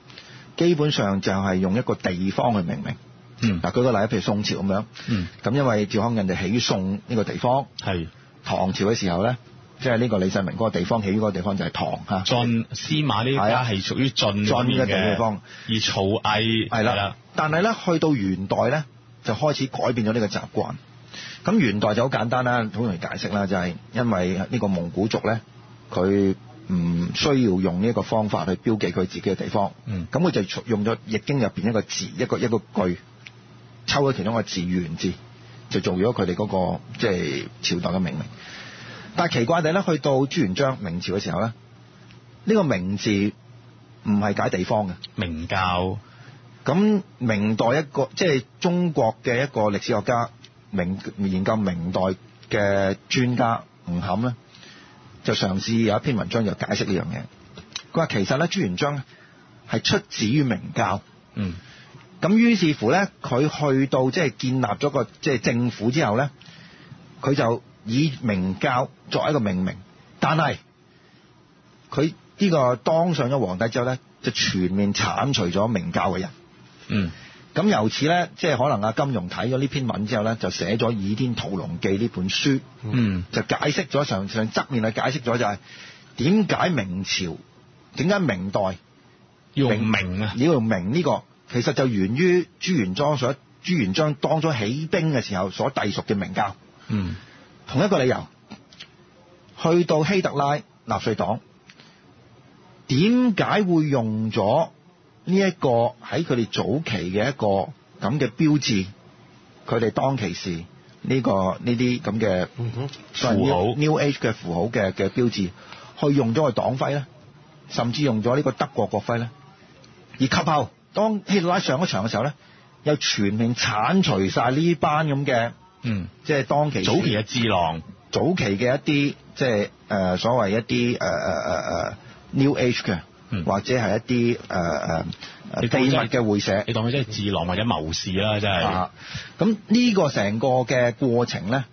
基本上就係用一個地方去命名。嗯嗱，舉個例，譬如宋朝咁樣，嗯，咁因為趙匡胤就起於宋呢個地方。係唐朝嘅時候咧，即係呢個李世民嗰個地方起於嗰個地方就係唐嚇，晉司馬呢啊係家啊係屬於晉晉嗰邊嘅地方而曹魏係啦。。但係咧，去到元代咧，就開始改變咗呢個習慣。咁元代就好簡單啦，好容易解釋啦，就係、因為呢個蒙古族咧，佢唔需要用呢一個方法去標記佢自己嘅地方，嗯咁佢就用咗《易經》入邊一個字，一個一個句，抽咗其中一個字元字，就做咗佢哋嗰個即係朝代嘅命名。但係奇怪地咧，去到朱元璋明朝嘅時候咧，呢、個明字唔係解地方嘅。明教咁明代一個即係中國嘅一個歷史學家，明研究明代嘅專家吳冚咧，就嘗試有一篇文章就解釋呢樣嘢。佢話其實咧朱元璋咧係出自於明教，嗯咁於是乎咧佢去到即係建立咗個即係政府之後咧，佢就以明教作為一個命名，但係佢呢個當上咗皇帝之後咧，就全面剷除咗明教嘅人。嗯咁由此咧，即係可能阿金庸睇咗呢篇文之後咧，就寫咗《倚天屠龍記》呢本書，嗯就解釋咗上上側面去解釋咗就係點解明朝，點解明代要用明啊，要用明呢、個，其實就源於朱元璋所朱元璋當初起兵嘅時候所隸屬嘅明教，嗯同一個理由。去到希特拉納粹黨，點解會用咗呢一個喺佢哋早期嘅一個咁嘅標誌？佢哋當其時呢、個呢啲咁嘅嗯哼，所謂符號 New- New Age 嘅符號嘅嘅標誌，去用咗個黨徽咧，甚至用咗呢個德國國徽咧。而及後，當希特拉上咗場嘅時候咧，又全面剷除晒呢班咁嘅，嗯，即係當其時早期嘅智囊，早期嘅一啲即係誒、呃所謂一啲誒誒誒誒 New Age 嘅，嗯或者係一啲誒誒誒你當秘密真係嘅會社你當佢真係智囊或者謀士啦，真係啊。咁呢個成個嘅過程咧，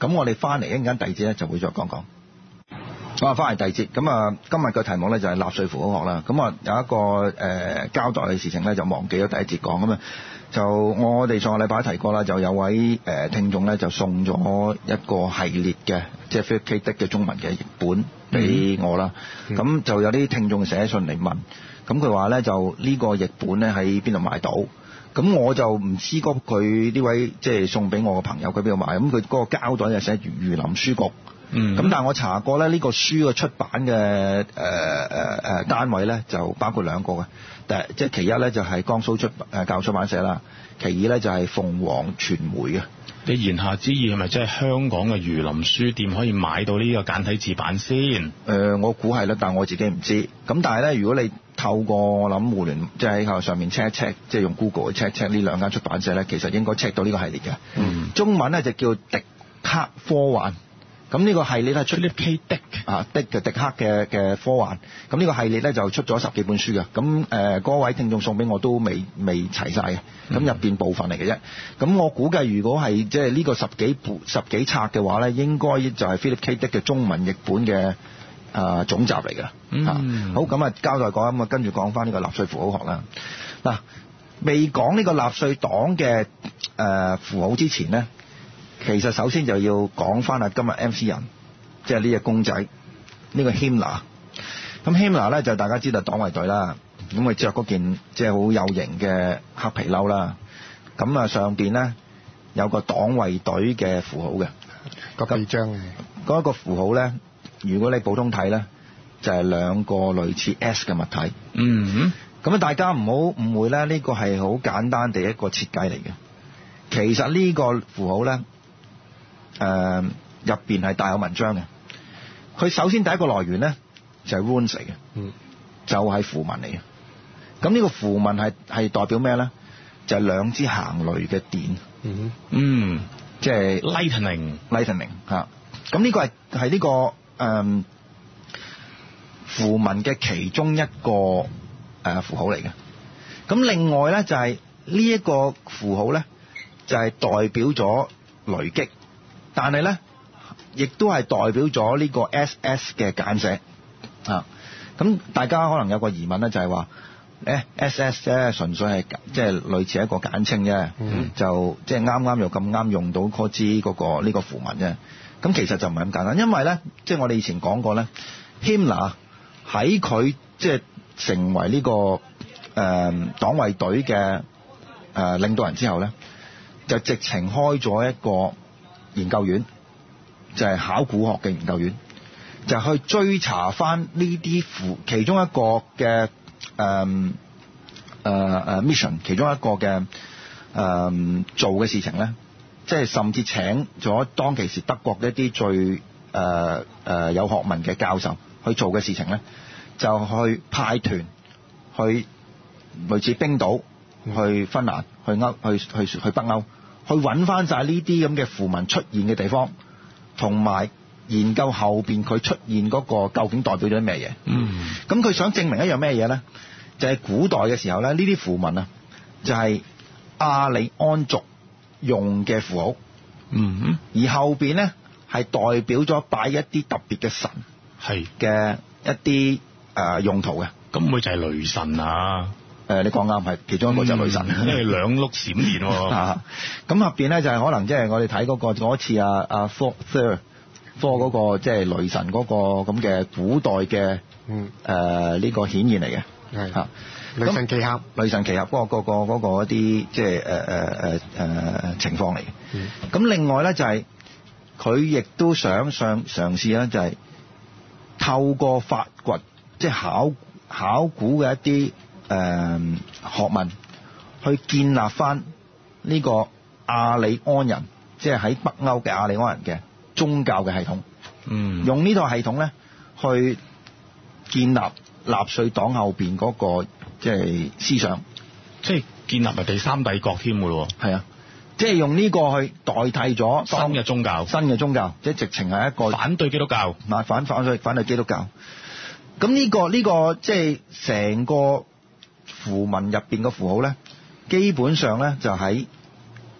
咁我哋翻嚟一陣間第二節咧就會再講講。好啊，翻嚟第二節，咁啊，今日嘅題目咧就係納税符號學啦。咁啊，有一個誒、呃交代嘅事情咧，就忘記咗第一節講咁啊。就我哋上個禮拜提過啦，就有位誒、呃、聽眾咧就送咗一個系列嘅即係 f i K 的嘅中文嘅譯本俾嗯我啦。咁、就有啲聽眾寫信嚟問，咁佢話咧就呢個譯本咧喺邊度買到？咁我就唔知嗰佢呢位即係送俾我嘅朋友佢邊度買，咁佢嗰個膠袋就寫如林書局。嗯，咁、但係我查過咧，呢、個書嘅出版嘅呃誒誒誒呃單位咧，就包括兩個嘅。第即係其一咧就係江蘇出誒教育出版社啦，其二咧就係鳳凰傳媒嘅。你言下之意係咪即係香港嘅儒林書店可以買到呢個簡體字版先？誒、呃我估係啦，但係我自己唔知。咁但係咧，如果你透過我諗互聯，即係喺上面 check 一 check，即係用 Google 去 check 一 check 呢兩間出版社咧，其實應該 check 到呢個系列嘅。嗯中文咧就叫迪克科幻。咁呢個系列咧出呢 P 迪啊迪嘅迪克嘅嘅科幻。咁呢個系列咧就出咗十幾本書嘅。咁誒嗰位聽眾送俾我都未未齊晒嘅，咁嗯入邊部分嚟嘅啫。咁我估計如果係即係呢個十幾本十幾冊嘅話咧，應該就係 Philip K. Dick 嘅中文譯本嘅。啊、總集嚟㗎啦。嗯嚇好咁啊，交代講咁啊，跟住講翻呢個納税符號學啦。嗱、未講呢個納税黨嘅誒符號之前呢，其實首先就要講翻啊，今日 MC 人即係呢只公仔呢、個 Himla。咁 Himla 咧就大家知道黨衛隊啦，咁佢着嗰件即係好有型嘅黑皮褸啦，咁啊上邊呢，有個黨衛隊嘅符號嘅。個臂章嘅，嗰一個符號咧，如果你普通睇咧，就係、兩個類似 S 嘅物體。嗯，咁啊，大家唔好誤會咧，呢、個係好簡單地一個設計嚟嘅。其實呢個符號咧，誒入邊係大有文章嘅。佢首先第一個來源咧就係、runes 嚟嘅，嗯，就係、符文嚟嘅。咁呢個符文係係代表咩咧？就係、兩支行雷嘅電，嗯嗯即係。 ，lightning， Lightning 嚇。咁呢個係係呢個誒、嗯符文嘅其中一個誒、呃符號嚟嘅。咁另外咧就係呢一個符號咧，就係、代表咗雷擊，但係咧亦都係代表咗呢個 SS 嘅簡寫啊。咁大家可能有個疑問咧，就係話。誒 SS 啫，純粹係即係類似一個簡稱啫，嗯就即係啱啱又咁啱用到嗰支嗰個呢、個符文啫。咁其實就唔係咁簡單，因為咧，即係我哋以前講過咧，Himla 喺佢即係成為呢、個誒、黨衛隊嘅誒領導人之後咧，就直情開咗一個研究院，就係、考古學嘅研究院，就去追查翻呢啲符其中一個嘅誒誒誒 mission，其中一個嘅誒、做嘅事情咧，即係甚至請咗當其時德國一啲最誒誒、呃有學問嘅教授去做嘅事情咧，就去派團去類似冰島、去芬蘭、去歐、去去去北歐，去揾翻晒呢啲咁嘅符文出現嘅地方，同埋研究後邊佢出現嗰個究竟代表咗啲咩嘢。嗯咁佢想證明一樣咩嘢咧？就係、古代嘅時候咧，呢啲符文啊，就係、阿里安族用嘅符號，嗯，而後邊咧係代表咗拜一啲特別嘅神係，嘅一啲誒、呃用途嘅。咁佢就係雷神啊，嗯誒你講啱係其中一個就係女神。因為兩碌閃電 喎。啊，咁入邊咧就係、可能即係我哋睇嗰個嗰次啊啊 f o r Thir 科嗰、個即係雷神嗰個咁嘅古代嘅嗯誒呃呢個顯現嚟嘅，係嚇女神奇俠，雷神奇俠嗰、個嗰、個嗰、個一啲即係誒呃誒誒誒呃情況嚟嘅。嗯咁另外咧就係佢亦都想上嘗試啦，就係透過發掘即係考考古嘅一啲誒、呃學問，去建立翻呢個亞利安人，即係喺北歐嘅亞利安人嘅宗教嘅系統，嗯，用呢套系統咧去建立納粹黨後邊嗰、個即係思想。即係建立埋第三帝國添嘅咯係啊，即係用呢個去代替咗喎，新嘅宗教，新嘅宗教，即係直情係一個反對基督教。反反反對反對基督教。咁呢、個呢、個即係成個符文入邊嘅符號咧，基本上咧就喺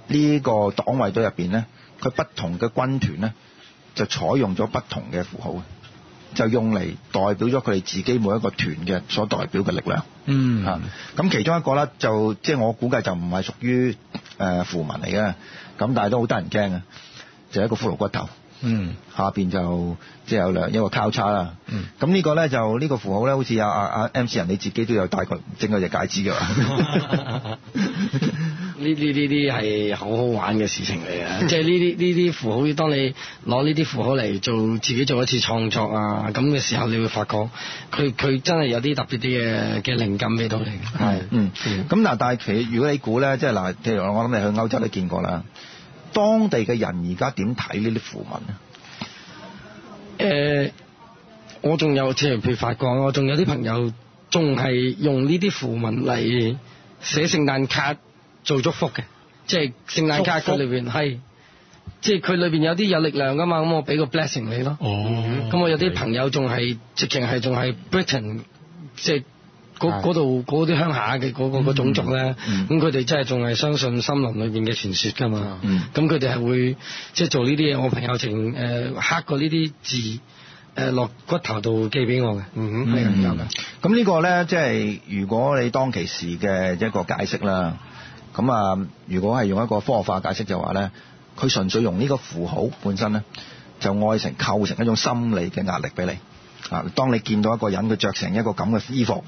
呢個黨衛隊入邊咧，佢不同嘅軍團咧就採用咗不同嘅符號，就用嚟代表咗佢哋自己每一個團嘅所代表嘅力量。嗯啊，咁其中一個咧就即係我估計就唔係屬於誒符文嚟嘅，咁但係都好得人驚嘅，就係一個骷髏骨頭，嗯，下邊就即係有兩一個交叉啦。嗯咁呢個咧就呢個符號咧，好似阿阿阿 MC 人你自己都有戴過整過隻戒指㗎 嘛。呢呢呢啲係好好玩嘅事情嚟嘅，即係呢啲呢啲符號，當你攞呢啲符號嚟做自己做一次創作啊，咁嘅時候，你會發覺佢佢真係有啲特別啲嘅嘅靈感俾到你嘅。係嗯，咁嗱，但係其實如果你估咧，即係嗱，譬如我諗你去歐洲都見過啦，當地嘅人而家點睇呢啲符文啊咧？誒、呃我仲有即係譬如法國，我仲有啲朋友仲係用呢啲符文嚟寫聖誕卡做祝福嘅，即係聖誕卡佢裏邊係，即係佢裏邊有啲有力量噶嘛，咁我俾個 blessing 你咯。Ừ. 哦咁我有啲朋友仲係直情係仲係 Britain，即係嗰係嗰度嗰啲鄉下嘅嗰個嗰種族咧啊嗯，咁佢哋真係仲係相信森林裏邊嘅傳說㗎嘛嗯。咁佢哋係會即係做呢啲嘢，我朋友情誒刻過呢啲字誒落骨頭度寄俾我嘅。嗯哼，係啊，有嗯㗎。咁呢個呢，即係如果你當其時嘅一個解釋啦，咁啊，如果係用一個科學化解釋就話呢，佢純粹用呢個符號本身呢，就愛成構成一種心理嘅壓力俾你。啊，當你見到一個人佢着成一個咁嘅衣服，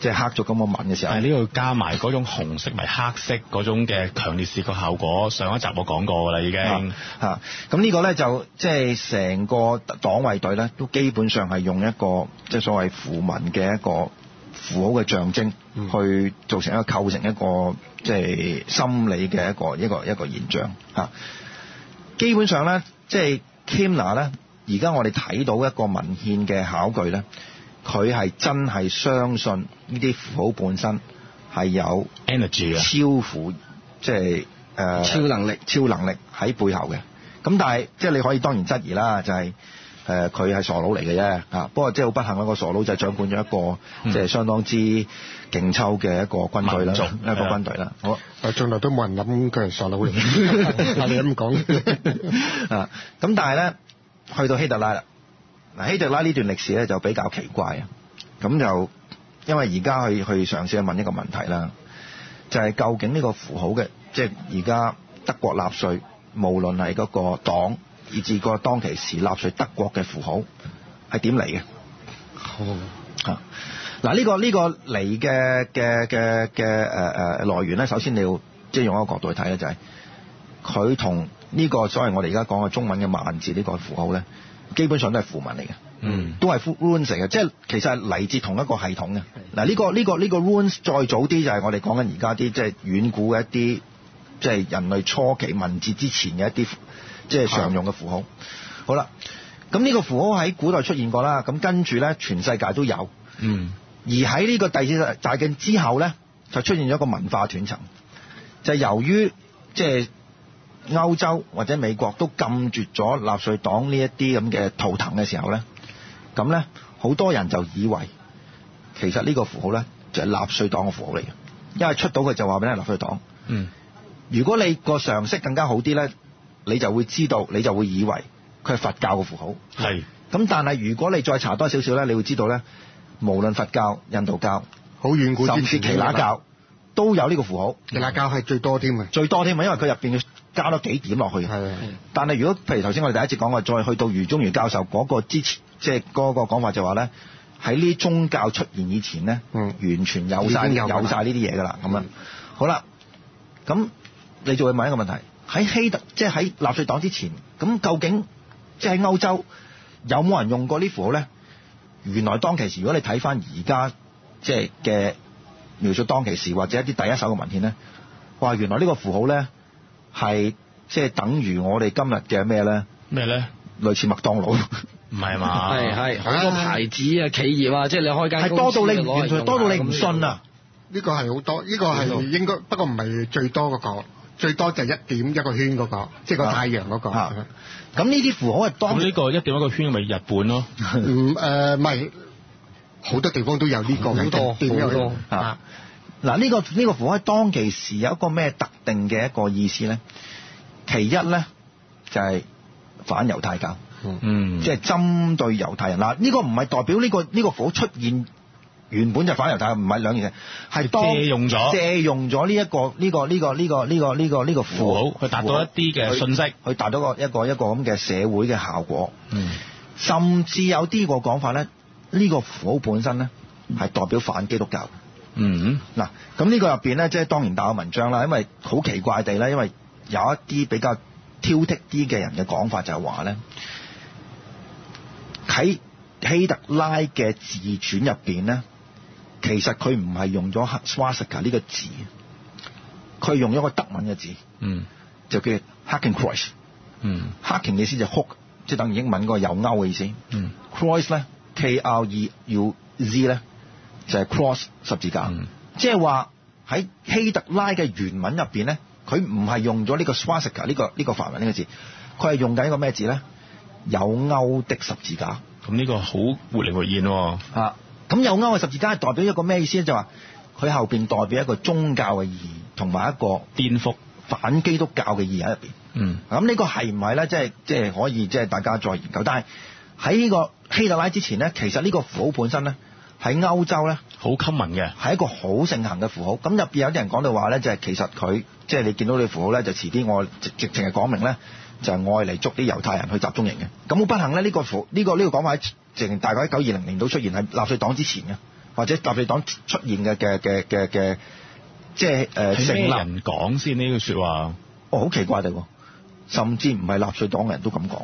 即係黑咗咁嘅紋嘅時候但，係呢度加埋嗰種紅色咪黑色嗰種嘅強烈視覺效果，上一集我講過㗎啦已經。嚇啊咁呢個呢，就即係成個黨衛隊呢，都基本上係用一個即係所謂符文嘅一個符號嘅象徵，嗯去做成一個構成一個即係心理嘅一個一個一個現象嚇。基本上呢，即係 Kimna 呢，而家我哋睇到一個文獻嘅考據呢，佢係真係相信呢啲符號本身係有 energy 啊，超乎即係誒、呃超能力超能力喺背後嘅。咁但係即係你可以當然質疑啦，就係誒佢係傻佬嚟嘅啫啊！不過即係好不幸一個傻佬就掌管咗一個、嗯即係相當之勁抽嘅一個軍隊啦民，族一個軍隊啦。好。啊我從來都冇人諗佢係傻佬嚟，啊你 咁講，啊，咁但係咧，去到希特拉啦，嗱希特拉呢段歷史咧就比較奇怪啊。咁就因為而家去去嘗試去問一個問題啦，就係、究竟呢個符號嘅，即係而家德國納粹，無論係嗰個黨，以至個當其時納粹德國嘅符號係點嚟嘅？啊！嗱，呢個呢個嚟嘅嘅嘅嘅誒誒來源咧，首先你要即係用一個角度去睇咧，就係佢同呢個所謂我哋而家講嘅中文嘅萬字呢個符號咧，基本上都係符文嚟嘅。嗯，都係 runes 嚟嘅，即係其實係嚟自同一個系統嘅。嗱，呢個呢個呢個 runes 再早啲就係我哋講緊而家啲即係遠古嘅一啲，即係人類初期文字之前嘅一啲即係常用嘅符號。好啦，咁呢個符號喺古代出現過啦，咁跟住呢，全世界都有。嗯，而喺呢個第四世大戰之後呢，就出現咗一個文化斷層，就係由於即係歐洲或者美國都禁絕咗納粹黨呢一啲咁嘅圖騰嘅時候呢，咁呢，好多人就以為其實呢個符號呢，就係納粹黨嘅符號嚟嘅，因為出到佢就話俾你聽納粹黨。嗯，如果你個常識更加好啲呢，你就會知道，你就會以為佢係佛教嘅符號。係，咁但係如果你再查多少少咧，你會知道咧，無論佛教、印度教、好遠古之甚至前啊耆那教都有呢個符號，耆那教係最多添嘅，最多添啊，因為佢入邊要加多幾點落去。係啊但係如果譬如頭先我哋第一節講過，再去到余宗元教授嗰個之前，即係嗰個講法就話咧，喺呢啲宗教出現以前咧，嗯完全有晒已經有㗎啦嗯有晒呢啲嘢㗎啦，咁啊，好啦，咁你就會問一個問題：喺希特即係喺納粹黨之前，咁究竟即係喺歐洲有冇人用過呢符號咧？原來當其時，如果你睇翻而家即係嘅描述當其時或者一啲第一手嘅文獻咧，哇！原來呢個符號咧係即係等於我哋今日嘅咩嗯咧，咩咧？類似麥當勞，唔係嘛？係係好多啊牌子啊、企業啊，即係你開間係公多司到你就攞嚟唔原來用多到你啊唔信！啊！呢個係好多，呢個係應該，不過唔係最多嗰個，最多就係一點一個圈嗰個，即係個太陽嗰個。啊咁呢啲符號係當咁呢個一點一個圈咪日本咯？啊唔嗯誒唔係，好多地方都有呢個嘅好多點樣好多啊！嗱，呢個呢個符號喺當其時有一個咩特定嘅一個意思咧？其一咧就係反猶太教，嗯，即係針對猶太人。嗱，呢個唔係代表呢個呢個符號出現原本就反猶太，唔係兩樣嘢，係當借用咗借用咗呢一個呢個呢個呢個呢個呢個呢個符符號去達到一啲嘅信息去去達到個一個一個咁嘅社會嘅效果。嗯甚至有啲個講法咧，呢、個符號本身咧係代表反基督教。嗯嗱，咁呢個入邊咧，即係當然大有文章啦，因為好奇怪地咧，因為有一啲比較挑剔啲嘅人嘅講法就係話咧，喺希特拉嘅自傳入邊咧，其實佢唔係用咗 swastika 呢個字，佢用咗個德文嘅字，嗯就叫 Hakenkreuz。嗯 Haken 嘅意思就 hook，即係等於英文嗰個右勾嘅意思。嗯 cross 咧，K R E U Z 咧就係、cross 十字架，嗯即係話喺希特拉嘅原文入邊咧，佢唔係用咗呢個 swastika 呢、個呢、個法文呢個字，佢係用緊一個咩字咧？有勾的十字架咁呢個好活靈活現喎。啊！咁有勾嘅十字架係代表一個咩意思咧？就話佢後邊代表一個宗教嘅意義，同埋一個顛覆。反基督教嘅意義喺入邊。嗯咁呢個係唔係咧？即係即係可以即係大家再研究。但係喺呢個希特拉之前咧，其實呢個符號本身咧喺歐洲咧好 common 嘅。係一個好盛行嘅符號。咁入邊有啲人講到話咧，就係、其實佢即係你見到呢個符號咧，就遲啲我直直情係講明咧，就係愛嚟捉啲猶太人去集中營嘅。咁好不幸咧，呢、個符呢、個呢、個講法喺直大概喺九二零年度出現喺納粹黨之前嘅，或者納粹黨出現嘅嘅嘅嘅嘅，即係誒、呃係成咩立。人講先呢句説話？哦，好奇怪哋喎，甚至唔係納粹黨嘅人都咁講。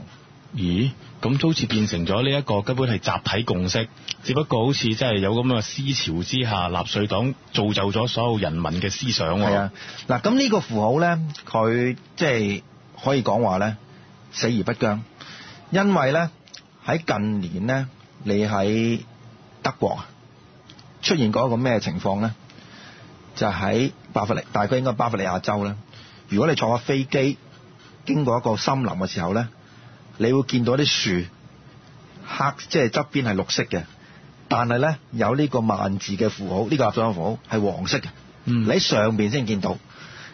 咦，咁都好似變成咗呢一個根本係集體共識，只不過好似真係有咁嘅思潮之下，納粹黨造就咗所有人民嘅思想喎。係啊，嗱咁呢個符號咧，佢即係可以講話咧，死而不僵，因為咧喺近年咧，你喺德國啊出現過一個咩情況咧？就喺巴伐利，大概應該巴伐利亞州咧。如果你坐個飛機經過一個森林嘅時候咧，你會見到啲樹黑，即係側邊係綠色嘅，但係咧有呢個萬字嘅符號，呢、個合掌嘅符號係黃色嘅。嗯你喺上邊先見到。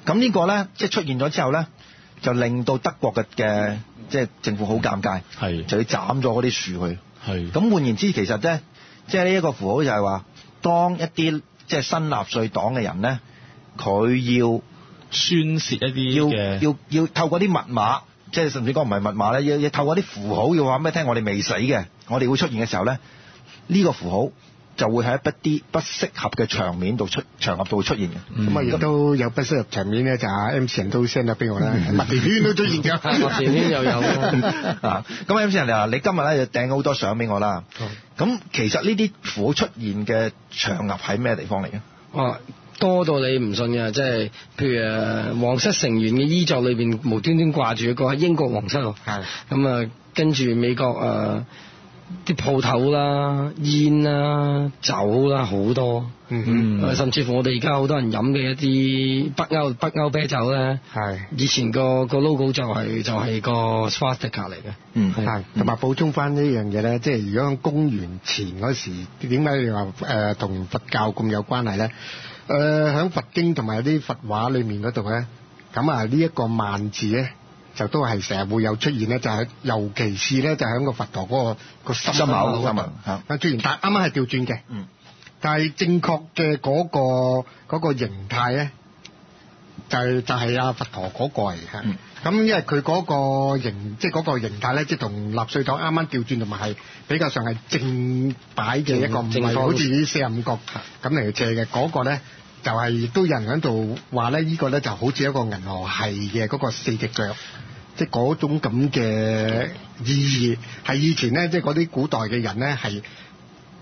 咁呢個呢，即係出現咗之後呢，就令到德國嘅嘅即係政府好尷尬，係嗯就要斬咗嗰啲樹去。係咁換言之，其實呢，即係呢一個符號就係話，當一啲即係新納粹黨嘅人呢，佢要宣泄一啲要嘅要要透過啲密碼，即係甚至講唔係密碼咧，要要透過啲符號要話咩聽，我哋未死嘅，我哋會出現嘅時候咧，呢、個符號就會喺一啲不適合嘅場面度出場合度出現嘅。嗯咁啊，亦都有不適入場面咧，就阿 M 人都 send 咗俾我啦，麥田圈都出現我前咗。面又有 啊，咁 M 先人話：你今日咧就掟好多相俾我啦。咁其實呢啲符號出現嘅場合喺咩地方嚟嘅？哦，多到你唔信嘅，即係譬如誒皇室成員嘅衣着裏邊無端端掛住一個係英國皇室喎，係咁啊跟住美國誒。呃啲鋪頭啦、煙啦、酒啦，好多，嗯誒甚至乎我哋而家好多人飲嘅一啲北歐北歐啤酒咧，係以前個個 logo 就係、就係、個 swastika 嚟嘅，嗯係係，同埋補充翻呢樣嘢咧，即係如果喺公元前嗰時，點解你話誒同佛教咁有關係咧？誒、喺佛經同埋啲佛畫裏面嗰度咧，咁啊呢一個萬字咧，就都係成日會有出現咧，就係、尤其是咧就喺個佛陀嗰、個個心啊心口口心嗰口度嚇有出現，但係啱啱係調轉嘅。嗯但係正確嘅嗰、個嗰、個形態咧，就係、就係、阿佛陀嗰個嚟嘅。咁、嗯因為佢嗰個形，即係嗰個形態咧，即係同納粹黨啱啱調轉，同埋係比較上係正擺嘅一個，唔正正係方啊好似四十五角咁嚟借嘅嗰個咧。就係亦都有人喺度話咧，呢、個咧就好似一個銀河系嘅嗰個四隻腳，即係嗰種咁嘅意義。係以前咧，即係嗰啲古代嘅人咧係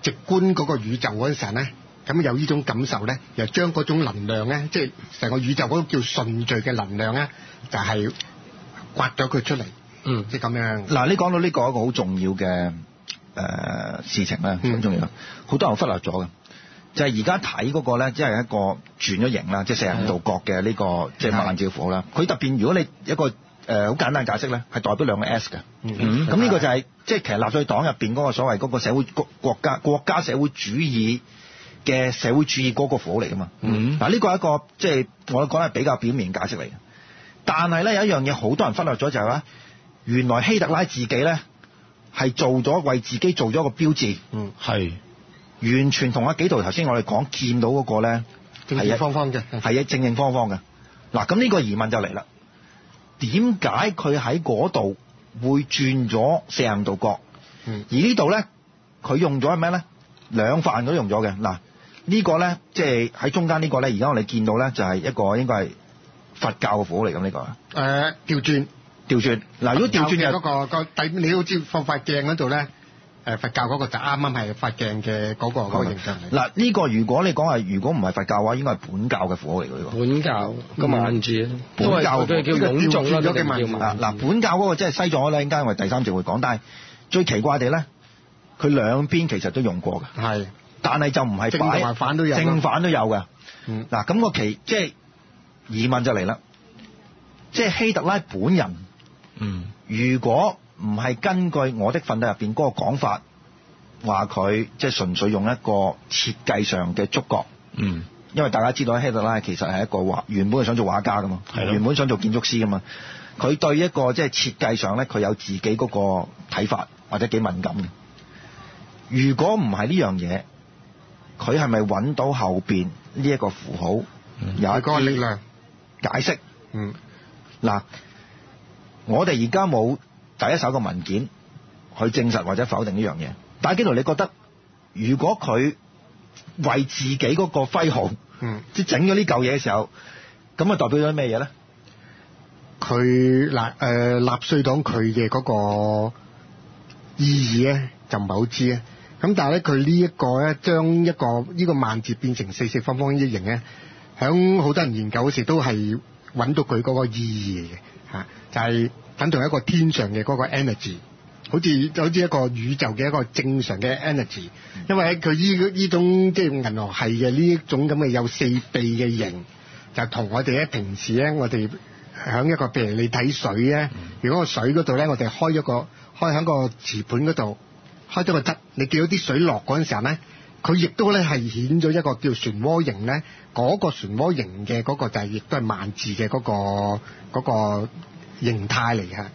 直觀嗰個宇宙嗰陣時候咧，咁有呢種感受咧，又將嗰種能量咧，即係成個宇宙嗰種叫順序嘅能量咧，就係、刮咗佢出嚟，嗯，即係咁樣。嗱，你講到呢個一個好重要嘅誒、呃事情咧，嗯好重要，好多人忽略咗嘅。就係而家睇嗰個咧，即係一個轉咗型啦，即係四十五度角嘅呢個即係萬照符啦。佢特別，如果你一個誒好、簡單解釋咧，係代表兩個 S 嘅。嗯咁呢個就係、即係其實納粹黨入邊嗰個所謂嗰個社會國國家國家社會主義嘅社會主義嗰個符號嚟噶嘛。嗯嗱呢個係一個即係我講係比較表面解釋嚟嘅，但係咧有一樣嘢好多人忽略咗就係話，原來希特拉自己咧係做咗為自己做咗個標誌，嗯，係完全同阿幾度頭先我哋講見到嗰個咧正係正一方方嘅。係啊，正正方方嘅。嗱，咁呢個疑問就嚟啦，點解佢喺嗰度會轉咗四十五度角？嗯而呢度咧，佢用咗係咩咧？兩飯都用咗嘅。嗱，呢個咧，即係喺中間呢個咧，而家我哋見到咧，就係一個應該係佛教嘅符號嚟咁呢個。誒、調轉。調轉啊嗱，如果調轉嘅就嗰個個底，你好似放塊鏡嗰度咧，誒佛教嗰個就啱啱係塊鏡嘅嗰個嗰個形象嚟。嗱，呢個如果你講係如果唔係佛教嘅話，應該係本教嘅符號嚟嘅呢個。本教嗯個啊萬字咧，嗯本都係教都係 叫呢個籠眾啦，調轉咗都嘅啊萬係字叫嗱萬嗱，本教嗰個即係西藏咧，應該我哋第三節會講，但係最奇怪地咧，佢兩邊其實都用過嘅，係，但係就唔係正同埋擺反都有咯。正反都有嘅。嗯嗱，咁、個奇即係疑問就嚟啦，即係希特拉本人嗯如果唔係根據我的訓導入邊嗰個講法，話佢即係純粹用一個設計上嘅觸覺。嗯因為大家知道希特拉其實係一個畫，原本係想做畫家噶嘛，係咯原本想做建築師噶嘛。佢對一個即係設計上咧，佢有自己嗰個睇法或者幾敏感嘅。如果唔係呢樣嘢，佢係咪揾到後邊呢一個符號嗯有係一嗰個力啲量。解釋？嗯，嗱，我哋而家冇第一手嘅文件去證實或者否定呢樣嘢。但係基度，你覺得如果佢為自己嗰個徽號，嗯，即係整咗呢嚿嘢嘅時候，咁啊代表咗咩嘢咧？佢嗱誒納粹黨佢嘅嗰個意義咧，就唔係好知啊。咁但係咧，佢呢一個咧，將一個呢個萬字變成四四方方呢形咧，響好多人研究嗰時都係揾到佢嗰個意義嘅嚇，就係、等同一個天上嘅嗰個 energy。好似好似一個宇宙嘅一個正常嘅 energy，因為佢依依種即係銀河系嘅呢一種咁嘅有四臂嘅形，就同我哋咧平時咧我哋響一個譬如你睇水咧，如果個水嗰度咧我哋開咗個開響個池盤嗰度開咗個側，你見到啲水落嗰陣時候咧，佢亦都咧係顯咗一個叫漩渦形咧，嗰、個漩渦形嘅嗰個就係亦都係萬字嘅嗰、個嗰、個形態嚟嘅。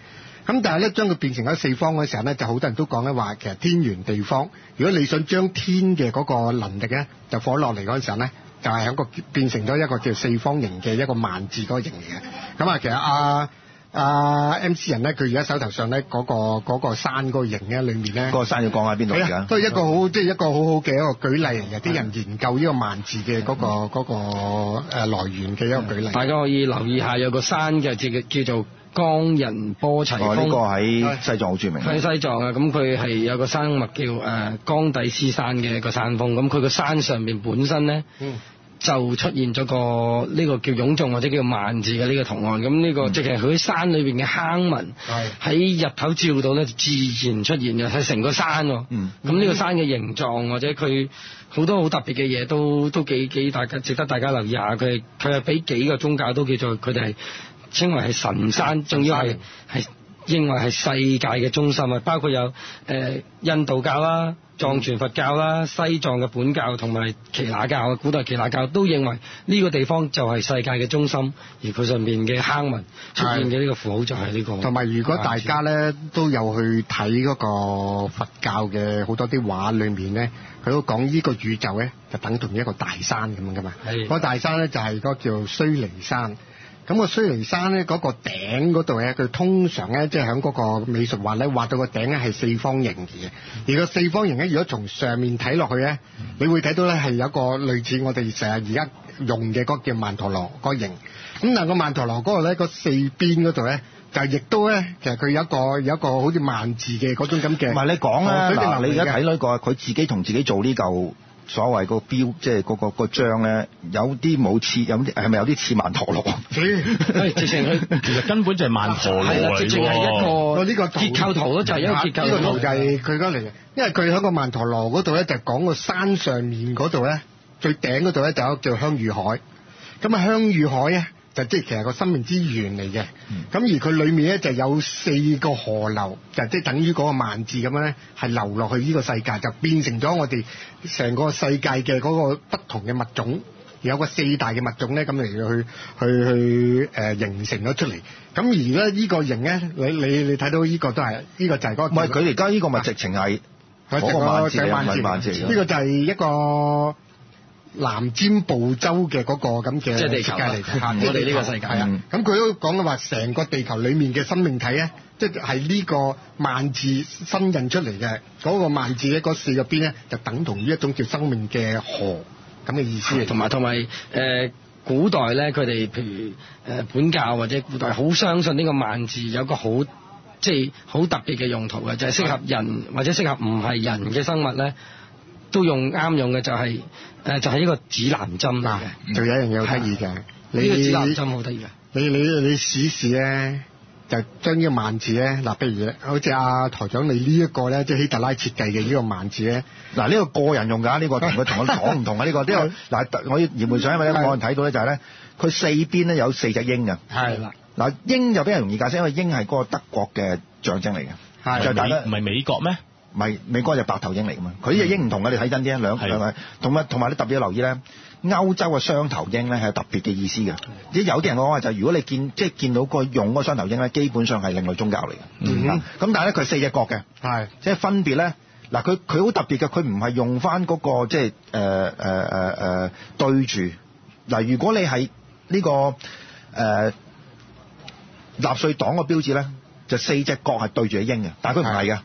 咁但係咧，將佢變成咗四方嗰時候咧，就好多人都講咧話，其實天圓地方。如果你想將天嘅嗰個能力咧，就放落嚟嗰陣時候咧，就係、喺個變成咗一個叫四方形嘅一個萬字嗰個形嚟嘅。咁啊，其實啊啊 MC 人咧，佢而家手頭上咧嗰、個嗰、個山嗰個形咧，裡面咧。個山要降喺邊度而嗯係啊家？都係一個好，即係一個好好嘅一個舉例嚟嘅。啲人研究呢個萬字嘅嗰、個嗰、個呃來源嘅一個舉例。大家可以留意下，有個山嘅叫叫做江人波齊哦，呢個峰，喺西藏好著名喺嘅。西藏啊。咁佢係有個生物叫誒江底斯山嘅一個山峰。咁佢個山上面本身咧嗯就出現咗個呢個叫涌眾或者叫萬字嘅呢個圖案。咁呢個即係佢山裏邊嘅坑紋係喺日頭照到咧，就自然出現嘅係成個山喎。嗯咁呢個山嘅形狀或者佢好多好特別嘅嘢都都幾幾大家值得大家留意下。佢佢係俾幾個宗教都叫做佢哋係稱為係神山，仲要係係認為係世界嘅中心啊，包括有誒、呃印度教啦、藏傳佛教啦、西藏嘅本教同埋耆那教啊古代耆那教都認為呢個地方就係世界嘅中心，而佢上面嘅坑文出現嘅呢個符號就係呢、個。啊同埋如果大家咧都有去睇嗰個佛教嘅好多啲畫裏面咧，佢都講呢個宇宙咧就等同一個大山咁樣噶嘛。係嗰個大山咧就係嗰個叫須彌山。咁、個須彌山咧嗰、個頂嗰度咧，佢通常咧即係喺嗰個美術畫咧畫到個頂咧係四方形嘅，而個四方形咧如果從上面睇落去咧，嗯你會睇到咧係有一個類似我哋成日而家用嘅嗰個叫曼陀羅嗰個形。咁但係個曼陀羅嗰度咧，個四邊嗰度咧。就亦都咧，其實佢有一個有一個好似萬字嘅嗰種咁嘅，唔係你講啦，哦水平嗱，流你嚟而嘅家 睇呢個，佢自己同自己做呢嚿所謂個標，即係嗰個個章咧，有啲冇似，有啲係咪有啲似曼陀羅？係哎直情 佢其實根本就係曼陀羅係啦，嚟直嘅情係一喎。個我哦呢個圖結構圖咯，就係一個結構呢個圖圖咯就係佢嗰嚟嘅，因為佢喺個曼陀羅嗰度咧，就講個山上面嗰度咧，最頂嗰度咧就有一個叫香遇海。咁啊，香遇海咧就即係其實個生命之源嚟嘅。咁、嗯而佢裡面咧就有四個河流，就即係等於嗰個萬字咁樣咧，係流落去呢個世界，就變成咗我哋成個世界嘅嗰個不同嘅物種。有個四大嘅物種咧，咁嚟去去去誒、呃形成咗出嚟。咁而咧呢個形咧，你你你睇到呢個都係呢、個就係嗰、個唔係佢而家呢個咪直情係佢嗰個萬字嚟，唔係萬字嚟呢個就係一個南瞻部洲嘅嗰個咁嘅即係地球啊設計嚟嘅嚇我哋呢個世界係啊嗯咁佢都講到話，成個地球裡面嘅生命體咧，即係呢個萬字新印出嚟嘅嗰個萬字咧，嗰四個邊咧就等同於一種叫生命嘅河咁嘅意思嚟。同埋同埋誒古代咧，佢哋譬如誒、呃本教或者古代好相信呢個萬字有個好即係好特別嘅用途嘅，就係、適合人或者適合唔係人嘅生物咧，都用啱用嘅就係、呃就係、一個指南針嚟嗱嘅。，啊仲有一樣嘢好得意嘅，呢個指南針你好得意嘅。你你你試試咧，就將呢個萬字咧，嗱，譬如好似阿台長你呢一個咧，即係希特拉設計嘅呢個萬字咧，嗱，呢個個人用㗎，呢個同佢同我講唔同啊！呢個呢個嗱，我要言換上，因為咧，我睇到咧就係咧，佢四邊咧有四隻鷹啊。係啦，嗱，鷹就比較容易解釋，因為鷹係嗰個德國嘅象徵嚟嘅，唔就係大家美唔係美國咩？咪美國就白頭鷹嚟噶嘛。佢呢只鷹唔同嘅，你睇真啲啊，兩係兩位同埋同埋你特別要留意咧，歐洲嘅雙頭鷹咧係有特別嘅意思嘅。即係有啲人講話就係如果你見即係見到個用嗰個雙頭鷹咧，基本上係另類宗教嚟嘅。嗯啊咁但係咧佢係四隻角嘅。係。即係分別咧。嗱，佢佢好特別嘅，佢唔係用翻嗰、個即係呃誒誒誒誒呃對住。嗱，如果你係呢、個誒、呃、納粹黨嘅標誌咧，就四隻角係對住隻鷹嘅，但係佢唔係嘅，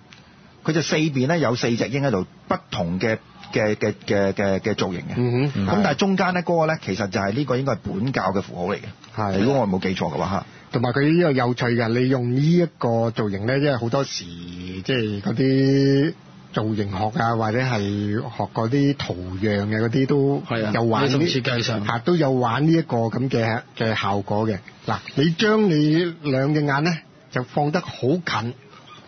佢就四邊咧有四隻鷹喺度，不同嘅嘅嘅嘅嘅嘅造型嘅。嗯咁、但係中間咧嗰、個咧，其實就係呢、個應該係本教嘅符號嚟嘅。係如果我冇記錯嘅話嚇。同埋佢呢個有趣嘅，你用呢一個造型咧，因為好多時即係嗰啲造型學啊，或者係學嗰啲圖樣嘅嗰啲都係啊有玩呢種呢設計上嚇都有玩呢一個咁嘅嘅效果嘅。嗱，你將你兩隻眼咧就放得好近，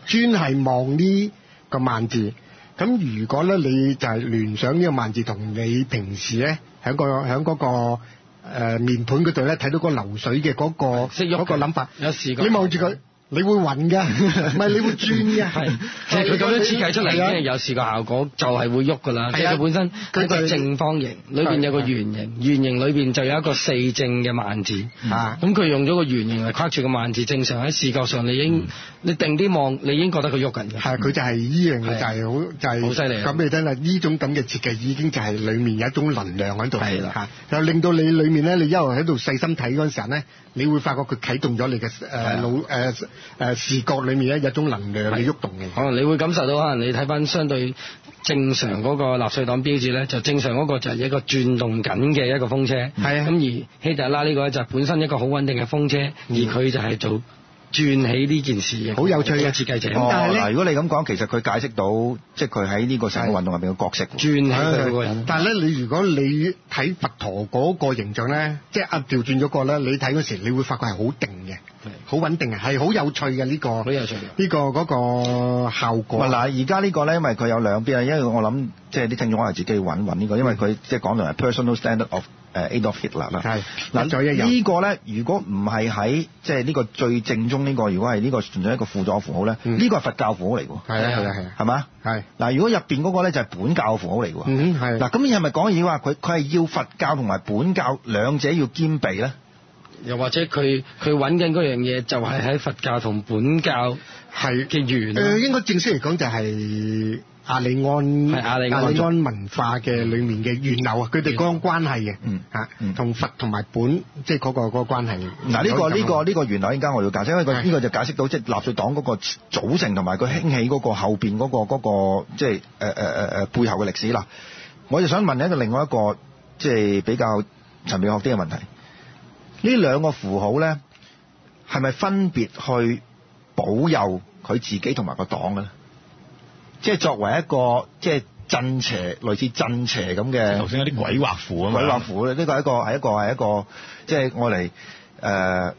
專係望呢個萬字。咁如果咧你就係聯想呢個萬字同你平時咧喺個喺嗰、個呃面盤嗰度咧睇到個流水嘅嗰、個識喐嗰個諗法，有試過你望住佢，你會暈㗎，唔係你會轉㗎。 係，即係佢咁樣設計出嚟已經係有視覺效果，就係會喐㗎啦。即啊係啊係佢本身佢佢個就正方形，裏邊有個係圓形，圓形裏邊就有一個四正嘅萬字。啊咁佢用咗個圓形嚟框住個萬字，正常喺視覺上你已嗯經你定啲望，你已經覺得佢喐緊嘅。 係啊佢就係呢樣嘢，係就係好就係好犀利啊咁你聽啦，呢種咁嘅設計已經就係裡面有一種能量喺度，係啦嚇，又令到你裡面咧，你一路喺度細心睇嗰陣時候咧，你會發覺佢啟動咗你嘅誒啊腦誒誒視覺裡面咧有一種能量你喐動嘅。可能你會感受到，可能你睇翻相對正常嗰個納粹黨標誌咧，就正常嗰個就係一個轉動緊嘅一個風車。係啊咁而希特拉呢個咧就係本身一個好穩定嘅風車，而佢就係做轉起呢件事嘅。嗯好有趣嘅設計者。咁哦，但係呢嗱，如果你咁講，其實佢解釋到即係佢喺呢個成個運動入邊嘅角色喎。轉起佢個人。啊但係咧，你如果你睇佛陀嗰個形象咧，即係啊調轉咗個咧，你睇嗰時，你會發覺係好定嘅。好穩定嘅，係好有趣嘅呢、個好有趣嘅呢、個嗰、唔個效係果。嗱，而家呢個咧，因為佢有兩邊啊，因為我諗即係啲聽眾可能自己揾揾呢個，因為佢即係講到係 personal standard of 誒 Adolf Hitler 啦。係嗱，一左一右呢個咧，如果唔係喺即係呢個最正宗呢個，如果係呢個純粹一個輔助符號咧，嗯呢個係佛教符號嚟喎，係啊係啊係啊係嘛？係嗱，如果入邊嗰個咧就係本教符號嚟喎。嗯係嗱，咁你係咪講要話佢佢係要佛教同埋本教兩者要兼備咧？又或者佢佢揾緊嗰樣嘢就係喺佛教同本教係嘅啊源誒、啦。呃應該正式嚟講就係阿里安係阿里安族文化嘅裡面嘅源流啊，佢哋嗰個關係嘅嗯嚇嗯，同、佛同埋本即係嗰個嗰、個關係。啊嗱，呢個呢個呢個原來應該我要解釋，因為佢係呢個就解釋到即係納粹黨嗰個組成同埋佢興起嗰個後邊嗰個嗰個即係呃誒誒誒誒背後嘅歷史啦。我就想問一個另外一個即係比較層面學啲嘅問題，呢兩個符號咧係咪分別去保佑佢自己同埋個黨嘅咧？即係作為一個即係鎮邪類似鎮邪咁嘅頭先有啲鬼畫符啊嘛，鬼畫符咧，呢個係一個係一個係一個即係我嚟誒。呃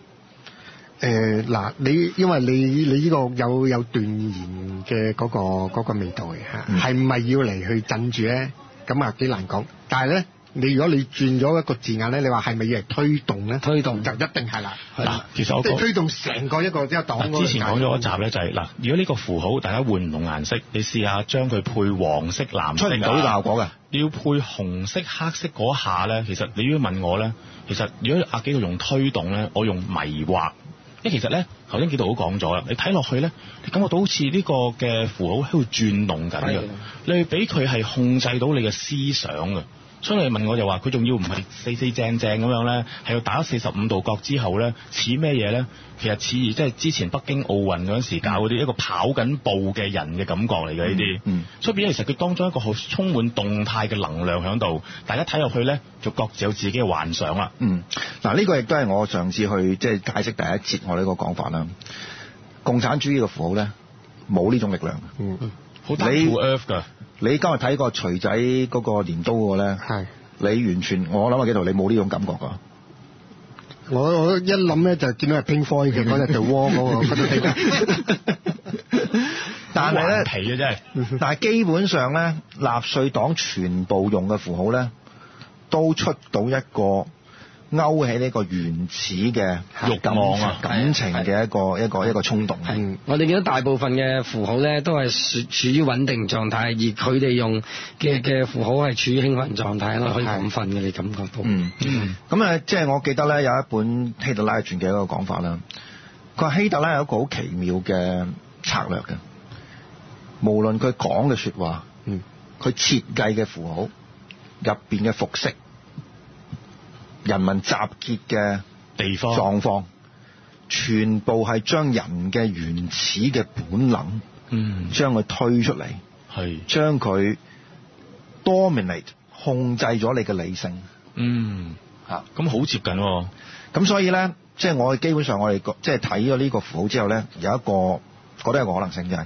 誒呃嗱、你因為你你呢個有有斷言嘅嗰、個嗰、個味道嘅嚇，嗯係咪、要嚟去鎮住咧？咁啊幾難講。但係咧，你如果你轉咗一個字眼咧，你話係咪要嚟推動咧？推動就一定係啦。嗱，其實我即係講推動成個一個一個啊黨嗰個之前講咗一集咧，就係、嗱，如果呢個符號大家換唔同顏色，你試下將佢配黃色、藍色出啊唔到效果㗎。你要配紅色、黑色嗰下咧，其實你要問我咧，其實如果阿幾度用推動咧，我用迷惑。因為其實咧，頭先幾度都講咗啦，你睇落去咧，你感覺到好似呢個嘅符號喺度轉動緊係嘅啊，你係俾佢係控制到你嘅思想嘅。所以你問我就話，佢仲要唔係四四正正咁樣咧，係要打四十五度角之後咧，似咩嘢咧？其實似即係之前北京奧運嗰陣時搞嗰啲一個跑緊步嘅人嘅感覺嚟嘅呢啲。嗯所以變咗其實佢當中一個好充滿動態嘅能量喺度，大家睇落去咧就各自有自己嘅幻想啦。嗯，嗱呢個亦都係我上次去即係解釋第一節我呢個講法啦。共產主義嘅符號咧，冇呢種力量。嗯，好 down to earth 㗎，你今日睇個錘仔嗰個鐮刀嗰個係。咧，你完全我諗啊幾度，你冇呢種感覺 㗎。我我一諗咧就見到係 Pink Floyd 嘅嗰隻 The Wall 嗰個嗰隻但係好頑咧，皮啊嘅真係。但係基本上咧，納粹黨全部用嘅符號咧，都出到一個勾起呢個原始嘅慾望啊感情嘅一個一個一個衝動。嗯我哋見到大部分嘅符號咧，都係處處於穩定狀態，而佢哋用嘅嘅符號係處於興奮狀態咯，可以咁瞓嘅，你感覺到。嗯，咁啊，即係我記得咧有一本希特拉嘅傳記有一個講法啦。佢話希特拉有一個好奇妙嘅策略嘅，無論佢講嘅説話，嗯，佢設計嘅符號入邊嘅服飾，人民集結嘅地方狀況，全部係將人嘅原始嘅本能，嗯將佢推出嚟，係將佢 dominate 控制咗你嘅理性。嗯啊咁好接近喎，咁所以咧，即係我基本上我哋覺即係睇咗呢個符號之後咧，有一個覺得有個可能性就係、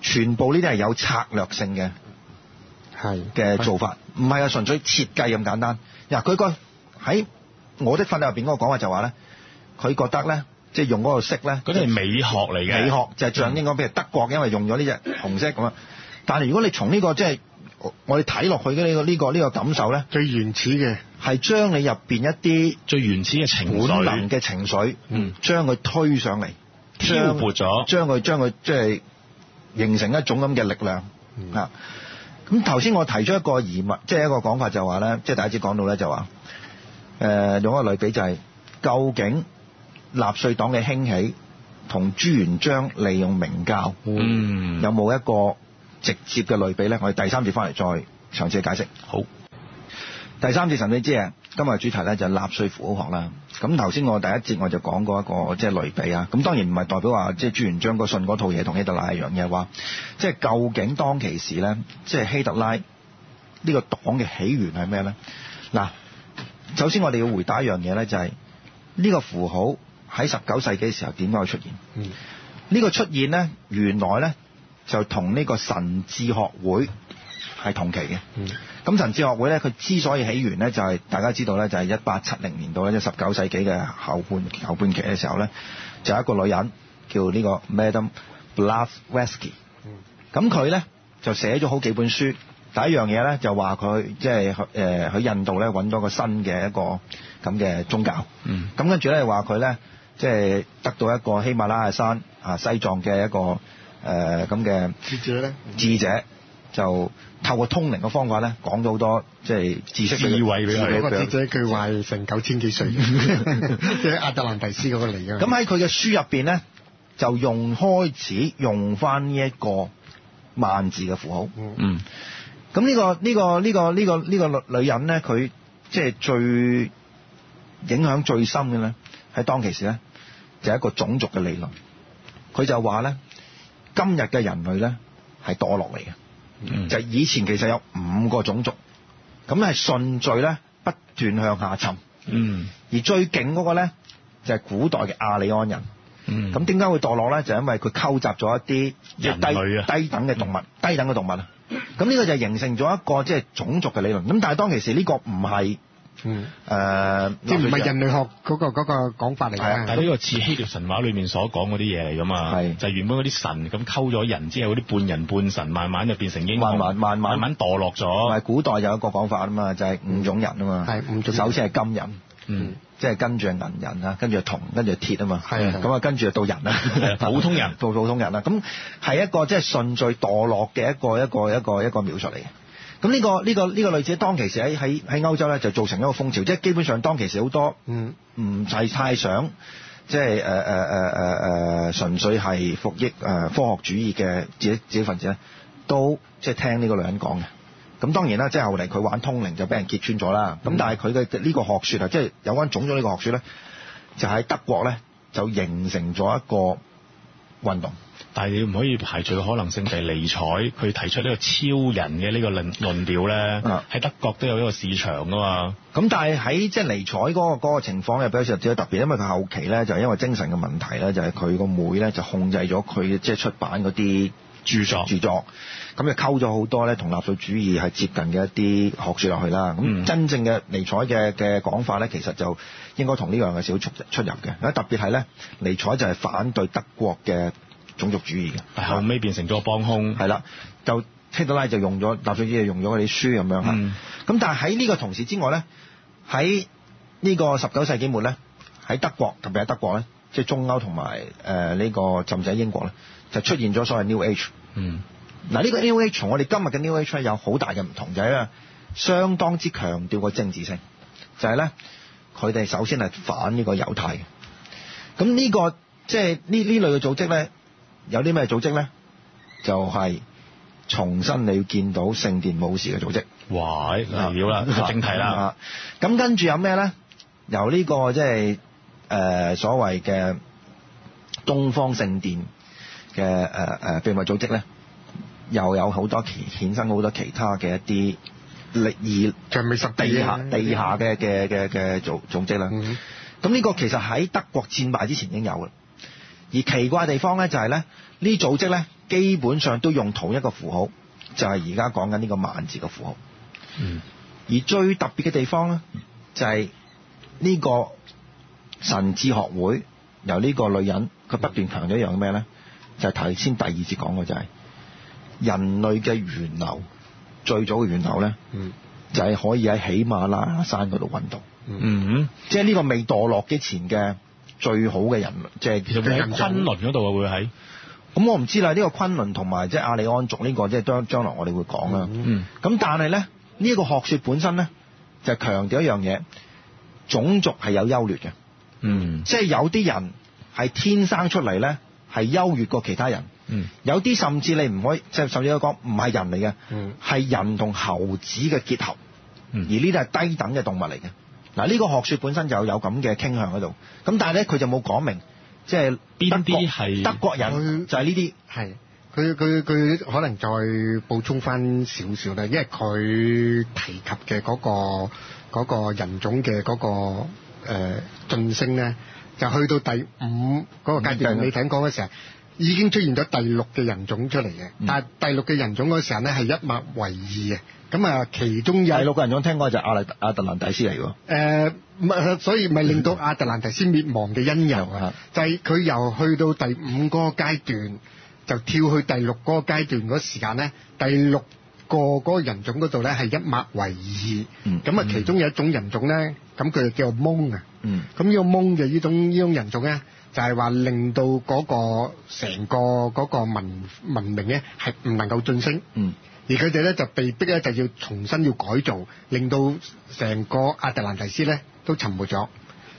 全部呢啲係有策略性嘅係嘅做法，唔係啊純粹設計咁簡單。嗱，佢個喺我的訓練入邊嗰個講法就話咧，佢覺得咧，即係用嗰個色咧，嗰啲係美學嚟嘅。嗯美學就係象徵講，譬如德國因為用咗呢只紅色咁啊。但係如果你從呢、個即係我我哋睇落去嘅呢個呢、個呢、個感受咧，最原始嘅，係將你入邊一啲最原始嘅情本能緒，嘅情緒嗯，將佢推上嚟，挑撥咗將佢將佢即係形成一種咁嘅力量嗯啊。咁頭先我提出一個疑問，即係一個講法就話咧，即係第一次講到咧就話，誒、用一個類比就係、究竟納粹黨嘅興起同朱元璋利用明教、嗯有冇一個直接嘅類比咧？我哋第三節翻嚟再詳細解釋。好第三節神秘之夜，今日嘅主題咧就係納粹符號學啦。咁頭先我第一節我就講過一個即係類比啊。咁當然唔係代表話即係朱元璋個信嗰套嘢同希特拉一樣嘅話，即係究竟當其時咧，即係希特拉呢個黨嘅起源係咩咧？嗱，首先我哋要回答一樣嘢咧，就係、呢個符號喺十九世紀嘅時候點解會出現？嗯呢個出現呢，原來呢就同呢個神智學會係同期嘅。嗯咁神智學會呢，佢之所以起源呢，就係、大家知道呢，就係一八七零年度呢，即係十九世紀嘅後半後半期嘅時候呢，就有一個女人叫呢個 Madam Blavatsky。咁嗯佢咧就寫咗好幾本書。第一樣嘢咧就話佢即係去誒喺印度咧揾到個新嘅一個咁嘅宗教。嗯咁跟住咧話佢咧即係得到一個喜馬拉雅山啊西藏嘅一個誒咁嘅接住咧，智者。就透過通靈嘅方法咧，講咗好多即係知識俾佢智慧俾佢智嗰慧個俾智佢者佢話成九千幾歲，即係亞特蘭蒂斯嗰個嚟嘅。咁啊喺佢嘅書入邊咧，就用開始用翻呢一個萬字嘅符號。嗯嗯咁呢、個呢、個呢、個呢、個呢、個女女人咧，佢即係最影響最深嘅咧，喺當其時咧，就係一個種族嘅理論。佢就話咧，今日嘅人類咧係墮落嚟嘅。嗯，就以前其實有五個種族，咁係順序咧不斷向下沉，嗯而最勁嗰個咧就係古代嘅亞利安人。嗯咁點解會墮落咧？就因為佢溝集咗一啲即人係低類啊低等嘅動物，低等嘅動物啊。咁呢個就形成咗一個即係種族嘅理論。咁但係當其時呢個唔係呃嗯，誒，即係唔係人類學嗰個嗰個講法嚟係啊但係。嘅呢個似希臘神話裏面所講嗰啲嘢嚟噶嘛，係就係原本嗰啲神咁溝咗人之後，嗰啲半人半神，慢慢就變成英雄，慢慢慢慢慢慢墮落唔係咗。古代有一個講法啊嘛，就係五種人啊嘛。係五種人首先係金人。嗯，即係跟住係銀人啊，跟住係銅，跟住係鐵啊嘛，係啊咁啊，跟住就到人啦，係 普通人到 普通人啦，咁係一個即係順序墮落嘅一個一個一個一個描述嚟嘅。咁呢、個呢、個呢、個女子當其時喺喺喺歐洲咧就造成一個風潮，即係基本上當其時好多嗯，唔係太想即係誒誒呃誒誒誒呃純粹係服役誒、呃科學主義嘅自己自己分子咧，都即係聽呢個女人講嘅。咁當然啦，即係後嚟佢玩通靈就俾人揭穿咗啦。咁但係佢嘅呢個學説啊，即係有關種族呢個學説咧，就喺德國咧就形成咗一個運動。但係你唔可以排除嘅可能性就係尼采佢提出呢個超人嘅呢個論論調咧啊，喺德國都有一個市場噶嘛。咁但係喺即係尼采嗰、個嗰個情況入邊，有時候比較特別，因為佢後期咧就係因為精神嘅問題咧，就係佢個妹咧就控制咗佢即係出版嗰啲著作著作，咁就溝咗好多咧同納粹主義係接近嘅一啲學説落去啦。咁、嗯真正嘅尼采嘅嘅講法咧，其實就應該同呢樣嘅少出出入嘅。特別係咧，尼采就係反對德國嘅種族主義嘅。但後尾變成咗個幫兇。啊係啦，就希特拉就用咗納粹主義就用咗嗰啲書咁樣嚇。咁、嗯但係喺呢個同時之外咧，喺呢個十九世紀末咧，喺德國特別喺德國咧，即係中歐同埋誒呢個甚至喺英國咧，就出現咗所謂 New Age。嗯嗱，呢個 New Age 同我哋今日嘅 New Age 呢有好大嘅唔同，就係咧相當之強調個政治性，就係咧佢哋首先係反呢個猶太嘅。咁呢、個即係呢呢類嘅組織咧，有啲咩組織咧？就係、重新你要見到聖殿武士嘅組織。哇！嚟料啦，啊正題啦。啊。咁跟住有咩咧？由呢、個即係誒所謂嘅東方聖殿嘅誒誒秘密組織咧，又有好多其衍生好多其他嘅一啲力意仲未實地地下啊地下嘅嘅嘅嘅組組織啦。嗯咁呢個其實喺德國戰敗之前已經有嘅。而奇怪嘅地方咧就係咧，呢組織咧基本上都用同一個符號，就係而家講緊呢個萬字嘅符號。嗯而最特別嘅地方呢，就係、呢個神智學會由呢個女人，佢不斷強調一樣咩呢？就係頭先第二節講嘅就係、人類嘅源流，最早嘅源流呢，嗯就係、可以喺喜馬拉雅山嗰度揾到，嗯，即係呢個未墮落之前嘅最好嘅人，即係其實會喺昆崙嗰度啊，會喺咁我唔知啦，呢、個昆崙同埋即係亞利安族呢、個，即係將將來我哋會講啦。嗯咁但係呢，呢、一個學説本身呢，就強調一樣嘢，種族係有優劣嘅，嗯即係有啲人係天生出嚟呢，係優越過其他人，嗯有啲甚至你唔可以，即係甚至可以講唔係人嚟嘅，嗯係人同猴子嘅結合，而嗯呢啲係低等嘅動物嚟嘅。嗱，呢個學説本身就有咁嘅傾向喺度，咁但係呢，佢就冇講明，即係邊德國啲係德國人就係呢啲。係。佢佢佢可能再補充翻少少啦，因為佢提及嘅嗰、個嗰、個人種嘅嗰、個誒、呃、晉升咧，就去到第五嗰個階嗯段。係你睇講嘅時候，啊已經出現咗第六嘅人種出嚟嘅，但係第六嘅人種嗰時候咧係一脈為二嘅，咁啊其中第有六個人種聽講就係阿特阿特蘭蒂斯嚟喎，誒，咪、呃所以 咪令到亞特蘭提斯滅亡嘅因由啊，就係佢由去到第五嗰個階段，就跳去第六嗰個階段嗰時間咧，第六個嗰個人種嗰度咧係一脈為嗯二，咁啊、其中有一種人種咧，咁佢就叫做蒙啊，嗯咁呢個蒙嘅呢種呢種人種咧，就係、話令到嗰、個成個嗰個文文明咧係唔能夠晉升。嗯而佢哋咧就被逼咧就要重新要改造，令到成個亞特蘭提斯咧都沉沒咗。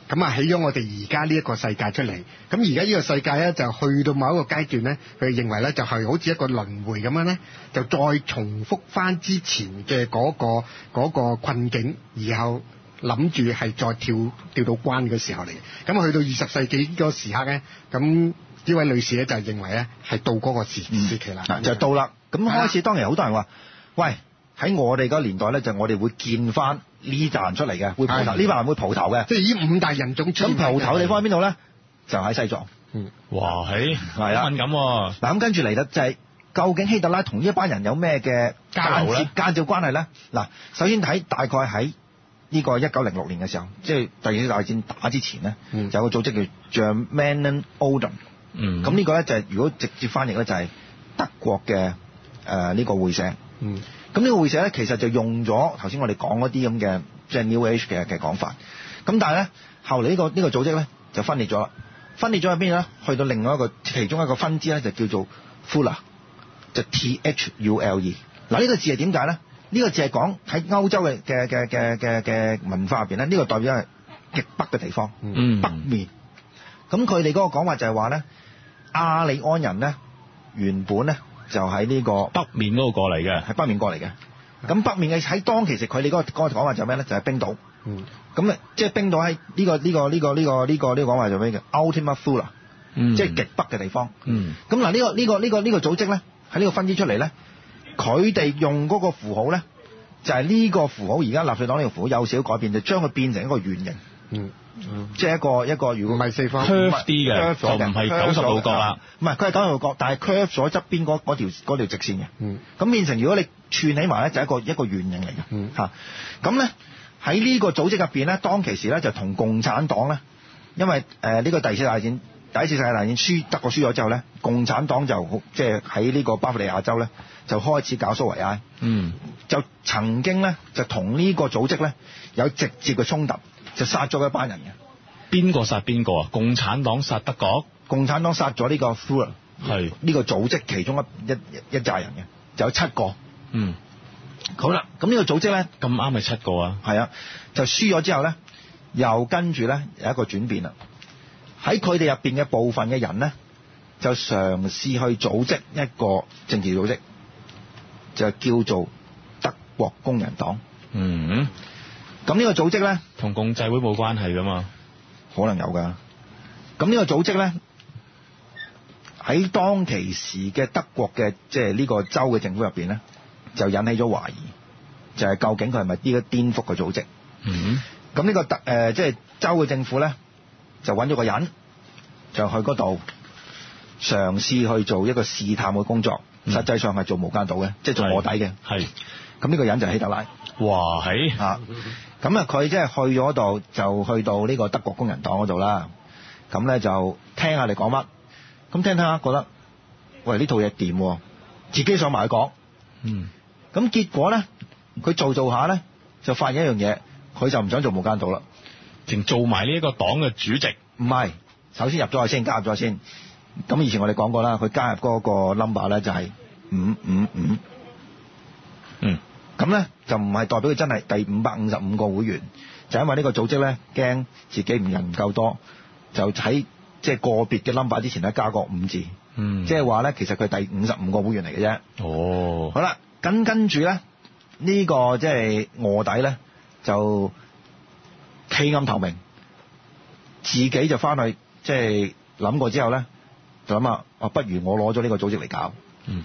咁啊，起咗我哋而家呢一個世界出嚟。咁而家呢個世界咧，就去到某一個階段咧，佢哋認為咧就係好似一個輪迴咁樣咧，就再重複翻之前嘅嗰、個嗰、個困境，然後諗住係再跳跳到關嘅時候嚟。咁去到二十世紀個時刻咧，咁呢位女士咧就認為咧係到嗰個時嗯時期啦，啊就到啦。咁係啦開始當然好多人話：，喂，喺我哋嗰個年代咧，就我哋會見翻呢扎人出嚟嘅，會蒲頭，係呢班人會蒲頭嘅。即係呢五大人種出咁現蒲頭嘅地方喺邊度咧？就喺西藏。哇，係係啦好敏感喎，嗱，咁跟住嚟啦，就係究竟希特拉同呢一班人有咩嘅交流呢間接間接關係咧？嗱，首先睇大概喺呢個一九零六年嘅時候，即係第二次大戰打之前咧，嗯就有個組織叫 Germanen Orden。嗯，咁呢個咧就係、如果直接翻譯咧就係德國嘅誒呢個會社。嗯咁呢個會社咧，其實就用咗頭先我哋講嗰啲咁嘅即係 New Age 嘅嘅講法。咁但係咧，後嚟呢、個呢、個組織咧就分裂咗啦。分裂咗喺邊咧？去到另外一個其中一個分支咧，就叫做 Fula，就 T H U L E。嗱呢個字係點解咧？呢、個字係講喺歐洲嘅嘅嘅嘅嘅嘅文化入邊咧，呢、個代表係極北嘅地方。嗯北面。咁佢哋嗰個講法就係話咧，亞利安人咧原本咧就喺呢、個北面嗰度過嚟嘅，喺北面過嚟嘅。咁北面嘅喺當其時佢哋嗰個嗰個講法就係咩咧？就係、冰島。嗯咁啊，即係冰島喺呢、個呢、個呢、個呢、個呢、個呢、個講法就咩嘅？Ultima Thule，、嗯即係極北嘅地方。嗯咁嗱，呢、個呢、個呢、個呢、個組織咧，喺呢個分支出嚟咧，佢哋用嗰個符號咧，就係、呢個符號而家納粹黨呢個符號有少少改變，就將佢變成一個圓形，嗯，即係一個一個如唔果係四方 curve 啲 curve 嘅咗就唔係 curve 咗嘅90度角啦唔係佢係九十度角，但係 curve 咗側邊嗰嗰條嗰條直線嘅。嗯咁變成如果你串起埋咧，就係一個一個圓形嚟嗯嘅嚇。咁咧喺呢個組織入邊咧，當其時咧就同共產黨咧，因為誒呢、個第二次大戰、第一次世界大戰輸德國輸咗之後咧，共產黨就好即係喺呢個巴伐利亞州咧就開始搞蘇維埃，嗯就曾經咧就同呢個組織咧有直接嘅衝突，就殺咗一班人嘅。邊個殺邊個啊？共產黨殺德國，共產黨殺咗呢個 f u l e r 係呢個組織其中一一一一紮人嘅，就有七個。嗯好啦，咁呢個組織咧咁啱係七個啊，係啊，就輸咗之後呢，又跟住呢有一個轉變啦。喺佢哋入邊嘅部分嘅人呢，就嘗試去組織一個政治組織，就叫做德國工人黨。嗯，咁呢個組織呢，同共濟會冇關係噶嘛，可能有㗎。咁呢個組織呢，喺當其時嘅德國嘅即係呢個州嘅政府入邊呢，就引起咗懷疑，就係、究竟佢係咪呢個顛覆嘅組織？嗯咁呢、個特誒、呃即係州嘅政府咧，就揾咗個人就去嗰度嘗試去做一個試探嘅工作，嗯實際上係做無間道嘅，即係做卧底嘅。係，咁呢個人就係希特拉哇係，啊！咁啊，佢即係去咗度，就去到呢個德國工人黨嗰度啦。咁咧就聽下你講乜，咁聽聽下覺得，喂呢套嘢掂喎，自己想埋去講。嗯咁結果咧，佢做做下咧，就發現一樣嘢，佢就唔想做無間道啦。仲做埋呢一個黨嘅主席，唔係，首先入咗去先，加入咗先。咁以前我哋講過啦，佢加入嗰個 number 咧就係五五五，嗯咁咧就唔係代表佢真係第五百五十五個會員，就因為呢個組織咧驚自己唔人唔夠多，就喺即係個別嘅 number 之前咧加個五字，嗯，即係話咧其實佢係第五十五個會員嚟嘅啫。哦好啦，咁跟住咧呢、個即係呃卧底咧就欺暗透明，自己就翻去即係諗過之後咧，就諗下啊，不如我攞咗呢個組織嚟搞。嗯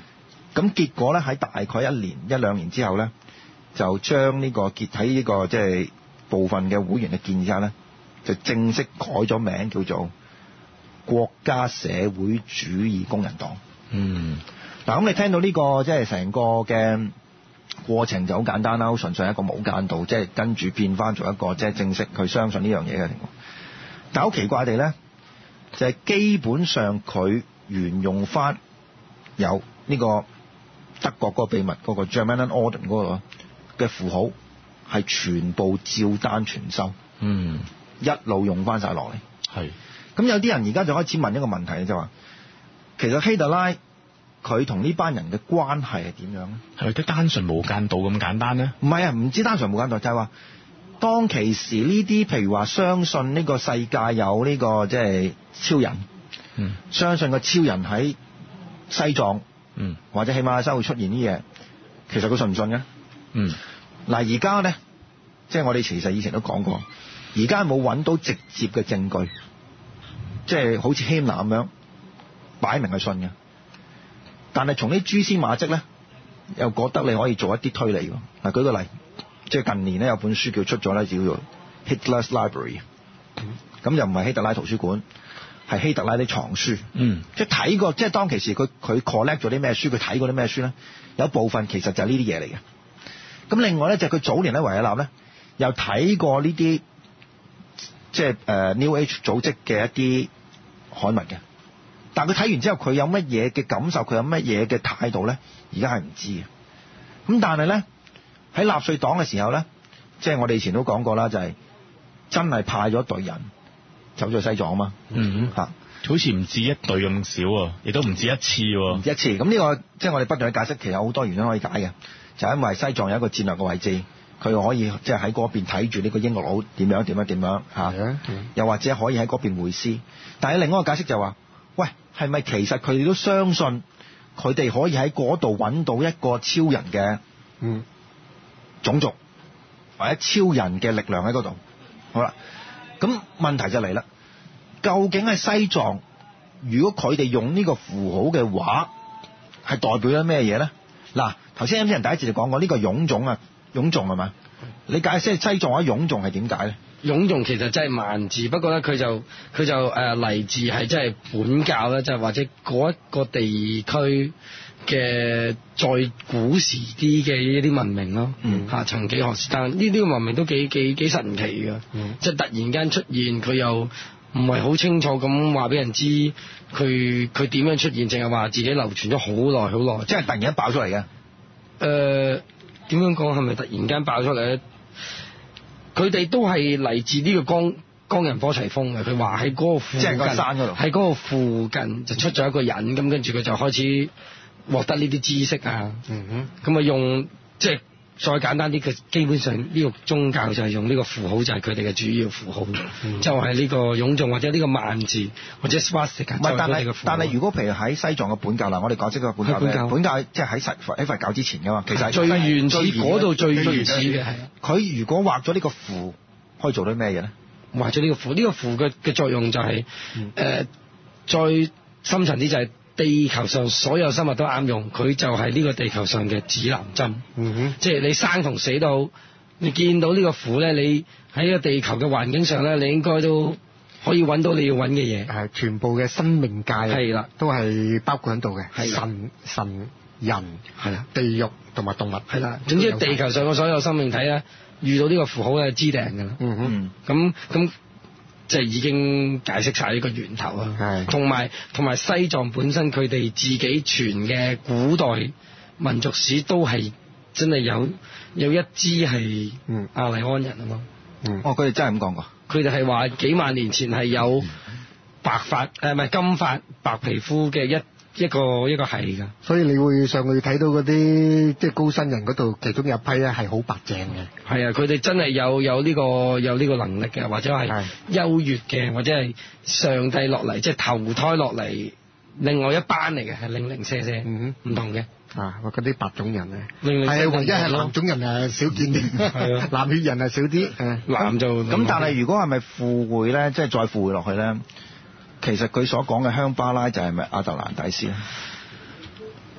咁結果咧喺大概一年一兩年之後咧，就將呢、個結喺呢個即係部分嘅會員嘅建議下咧，就正式改咗名叫做國家社會主義工人黨。嗯，嗱，咁你聽到呢、個即係成個嘅過程就好簡單啦，好純粹係一個無間道，即係跟住變翻做一個即係正式佢相信呢樣嘢嘅情況。但好奇怪地呢，就係、基本上佢沿用翻有呢個德國嗰個秘密嗰、個 German Orden 嗰個嘅符號，係全部照單全收，嗯，一路用翻晒落嚟。係，咁有啲人而家就開始問一個問題就話，其實希特拉佢同呢班人嘅關係係點樣咧？係咪得單純無間道咁簡單咧？唔係啊，唔知單純無間道，就係話當其時呢啲，譬如話相信呢個世界有呢、個即係超人，嗯相信個超人喺西藏嗯或者喜馬拉雅會出現呢嘢，其實佢信唔信嘅？嗯，嗱，而家呢，即係我哋其實以前都講過，而家冇揾到直接嘅證據，即係好似希姆咁樣擺明係信嘅。但係從啲蛛絲馬跡呢，又覺得你可以做一啲推理喎。嗱，舉個例，即係近年呢，有本書叫出咗呢，叫做《Hitler's Library》，咁又唔係希特拉圖書館，係希特拉啲藏書。嗯即係睇過，即係當其時佢佢 collect 咗啲咩書，佢睇過啲咩書咧？有部分其實就係呢啲嘢嚟嘅。咁另外咧就係佢早年喺維也納咧，又睇過呢啲即係誒、呃 New Age 組織嘅一啲刊物嘅。但佢睇完之後，佢有乜嘢嘅感受，佢有乜嘢嘅態度咧？而家係唔知嘅。咁但係咧喺納粹黨嘅時候咧，即係我哋以前都講過啦，就係、真係派咗一隊人走咗西藏啊嘛嗯，嚇。好似唔止一隊咁少啊，亦都唔止一次唔喎。止一次。咁呢、個即係我哋不斷去解釋，其實有好多原因可以解嘅，就係因為西藏有一個戰略嘅位置，佢可以即係喺嗰邊睇住呢個英國佬點樣點樣點樣嚇，係啊係啊又或者可以喺嗰邊會師。但係另外一個解釋就係話、喂，係咪其實佢哋都相信佢哋可以喺嗰度揾到一個超人嘅？嗯，種族或者超人嘅力量喺嗰度。好啦，咁問題就嚟啦，究竟喺西藏，如果佢哋用呢個符號嘅話，係代表咗咩嘢咧？嗱，頭先 M 人第一節就講過呢、個臃腫啊，臃腫係咪？你解釋西藏或者臃腫係點解咧？涌仲其實真係萬字，不過咧佢就佢就誒呃嚟自係真係本教啦，就係或者嗰一個地區嘅再古時啲嘅呢啲文明咯，嗯嚇曾幾何時，但呢啲文明都幾幾幾神奇嘅，嗯即係突然間出現，佢又唔係好清楚咁話俾人知佢佢點樣出現，淨係話自己流傳咗好耐好耐，即即係突然間爆出嚟嘅，誒呃點樣講係咪突然間爆出嚟咧？佢哋都係嚟自呢個江江人科齊峰嘅，佢話喺嗰個附近，即係個山嗰度喺嗰個附近就出咗一個人，咁跟住佢就開始獲得呢啲知識啊，嗯咁啊用即係再簡單啲，佢基本上呢個宗教就係用呢個符號，就係佢哋嘅主要符號，嗯就係呢個擁眾或者呢個萬字或者 swastika，唔係但就佢哋嘅係符號但係如果譬如喺西藏嘅本教嗱，我哋講即個本教係本教本教即係喺佛喺佛教之前嘅嘛，其實係最原始最原嗰度最最原始原嘅係。佢如果畫咗呢個符，可以做到咩嘢咧？畫咗呢個符，呢、個符嘅嘅作用就係、嗯呃再深層啲就係地球上所有生物都啱用，佢就係呢個地球上嘅指南針。嗯哼即係你生同死都好，你見到呢個符咧，你喺個地球嘅環境上咧，你應該都可以揾到你要揾嘅嘢。係全部嘅生命界啊係啦，都係包括喺度嘅，係啦神神人、係啦，地獄同埋動物，係啦，總之地球上嘅所有生命體咧，遇到呢個符號咧，知定㗎啦。嗯哼，嗯。咁咁即係已經解釋晒呢個源頭啊係，同埋同埋西藏本身佢哋自己傳嘅古代民族史都係真係有有一支係嗯阿利安人啊嘛，嗯哦，佢哋真係咁講過。佢哋係話幾萬年前係有嗯白髮誒唔係金髮白皮膚嘅一一個一個係㗎，所以你會上去睇到嗰啲即係高薪人嗰度，其中有一批咧係好白淨嘅，係啊，佢哋真係有有呢、個有呢個能力嘅，或者係係優越嘅，或者係上帝落嚟，即係投胎落嚟，另外一班嚟嘅係零零舍舍，嗯唔同嘅。啊嗰啲白種人咧，零零舍係啊舍唯一係咯藍種人係少 見係啊啲， 藍血人係少啲，誒男就咁但係如果係咪附會咧，即係再附會落去咧，其實佢所講嘅香巴拉就係咪亞特蘭蒂斯咧？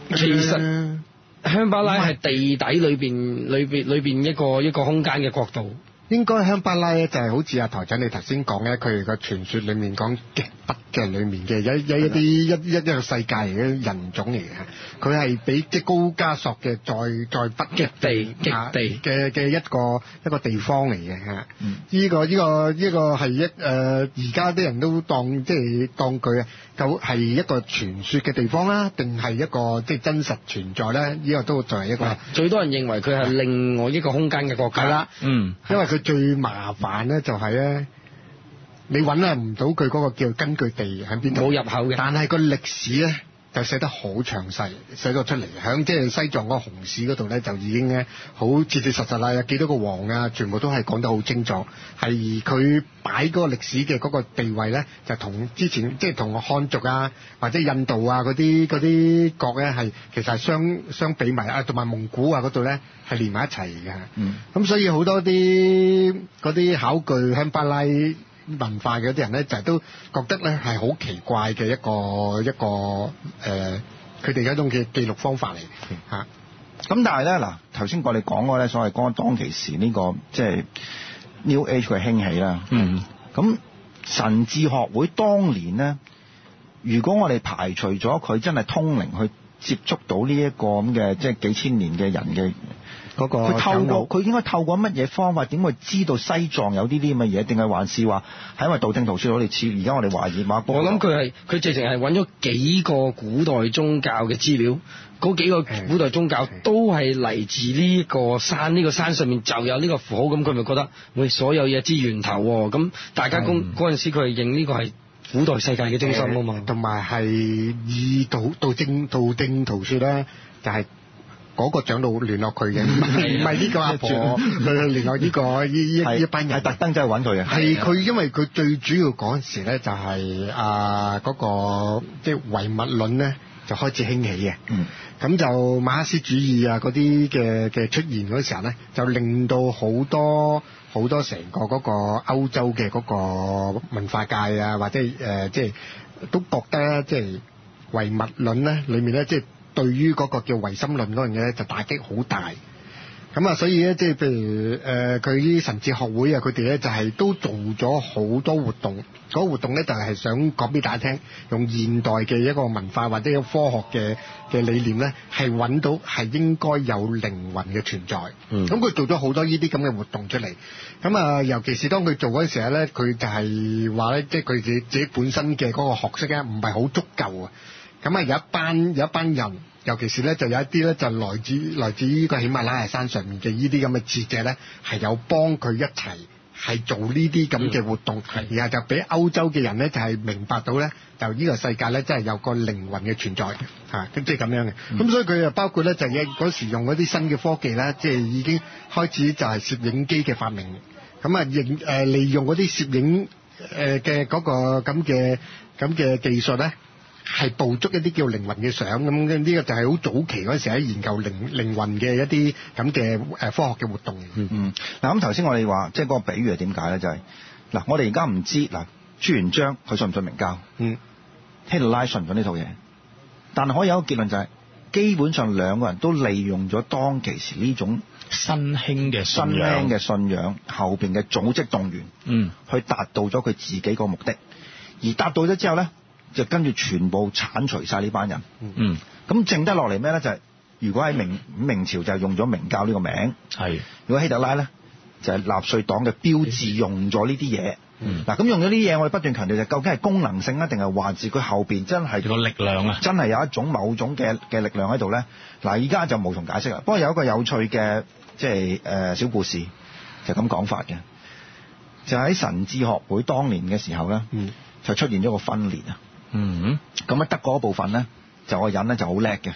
其實香巴拉係地底裏邊裏邊裏邊一個一個空間嘅國度，應該香巴拉咧就係好似阿台長你頭先講咧，佢哋個傳說裡面講極北嘅裡面嘅有有一啲一一一個世界嚟嘅人種嚟嘅，佢係比即高加索嘅再再北極地極啊地嘅嘅一個一個地方嚟嘅嚇。嗯呢、個呢、個呢、個係一誒，呃而家啲人都當即係當佢啊，究係一個傳說嘅地方啦，定係一個即係真實存在咧？呢、個都作為一個。啊最多人認為佢係另外一個空間嘅國家係啦，嗯，因為佢最麻煩咧就係咧，你揾啊唔到佢嗰個叫根據地喺邊度，冇入口嘅但係個歷史咧就寫得好詳細，寫咗出嚟，響即係西藏嗰個紅史嗰度咧就已經咧好切切實實啦，有幾多個王啊，全部都係講得好清楚，係而佢擺嗰個歷史嘅嗰個地位咧，就同之前即係同漢族啊或者印度啊嗰啲嗰啲國咧係其實係相相比埋啊，同埋蒙古啊嗰度咧係連埋一齊嘅。嗯咁所以好多啲嗰啲考據香巴拉文化嘅啲人咧，就係都覺得咧係好奇怪嘅一個一個誒，呃佢哋嘅一種嘅記錄方法嚟嗯嚇。咁但係咧嗱，頭先我哋講過咧，所謂講當其時呢、個即係 New Age 嘅興起啦。嗯，咁神智學會當年咧，如果我哋排除咗佢真係通靈去接觸到呢一個咁嘅即係幾千年嘅人嘅，嗰個佢透長老過佢應該透過乜嘢方法點會知道西藏有呢啲咁嘅嘢？定係還是話係因為道聽途説？我哋似而家我哋懷疑馬我諗佢係佢直情係揾咗幾個古代宗教嘅資料，嗰幾個古代宗教嗯都係嚟自呢個山，呢、個山上面就有呢個符號，咁佢咪覺得喂所有嘢之源頭喎、咁大家公嗰陣時佢係認呢個係古代世界嘅中心啊嘛誒，同埋係以道道正道正途説咧，就係、嗰個長老聯絡佢嘅，唔係唔係呢個阿 婆，佢聯絡呢、個呢呢係一一班人係。特登真係揾佢嘅，係佢，因為佢最主要嗰陣時咧，就係啊嗰個即係唯物論咧，就開始興起嘅。嗯咁就馬克思主義啊嗰啲嘅嘅出現嗰時候咧，就令到好多好多成個嗰個歐洲嘅嗰個文化界啊，或者誒、呃即係都覺得即係唯物論咧，裡面咧即係對於嗰個叫唯心論嗰樣嘢咧，就打擊好大。咁啊，所以咧，即係譬如誒，呃佢、啲神智學會啊，佢哋咧就係、都做咗好多活動。嗰、個活動咧就係、想講俾大家聽，用現代嘅一個文化或者一個科學嘅嘅理念咧，係揾到係應該有靈魂嘅存在。嗯咁佢、做咗好多呢啲咁嘅活動出嚟。咁啊，尤其是當佢做嗰陣時候咧，佢就係話咧，即係佢自己自己本身嘅嗰個學識咧，唔係好足夠啊。咁啊，有一班有一班人，尤其是咧，就有一啲咧，就來自來自呢個喜馬拉雅山上面嘅呢啲咁嘅智者咧，係有幫佢一齊係做呢啲咁嘅活動，嗯然後就俾歐洲嘅人咧就係、明白到咧，就呢個世界咧真係有個靈魂嘅存在嚇，咁即係咁樣嘅。咁、所以佢啊包括咧就係嗰時用嗰啲新嘅科技啦，即係已經開始就係攝影機嘅發明。咁啊，影誒利用嗰啲攝影誒嘅嗰個咁嘅咁嘅技術咧，係捕捉一啲叫靈魂嘅相咁。呢個就係好早期嗰時喺研究靈靈魂嘅一啲咁嘅誒科學嘅活動。嗯，嗱咁頭先我哋話即係嗰個比喻係點解咧？就係、嗱，我哋而家唔知嗱朱元璋佢信唔信明教，嗯，希特拉信唔信呢套嘢，但係可以有一個結論就係、基本上兩個人都利用咗當其時呢種新興嘅新信仰興嘅信仰後邊嘅組織動員，嗯去達到咗佢自己個目的，而達到咗之後咧，就跟住全部剷除晒呢班人。嗯咁剩得落嚟咩咧？就係、如果喺明明朝就係用咗明教呢個名。係如果希特拉咧，就係、納粹黨嘅標誌用咗呢啲嘢。嗯嗱，咁用咗呢啲嘢，我哋不斷強調就係究竟係功能性啊，定係還是佢後邊真個係力量啊，真係有一種某種嘅嘅力量喺度咧？嗱，而家就無從解釋啦。不過有一個有趣嘅即係誒、呃小故事，就咁講法嘅，就喺神智學會當年嘅時候咧，嗯就出現咗個分裂啊。嗯咁啊，德國嗰部分咧，就個人咧就好叻嘅，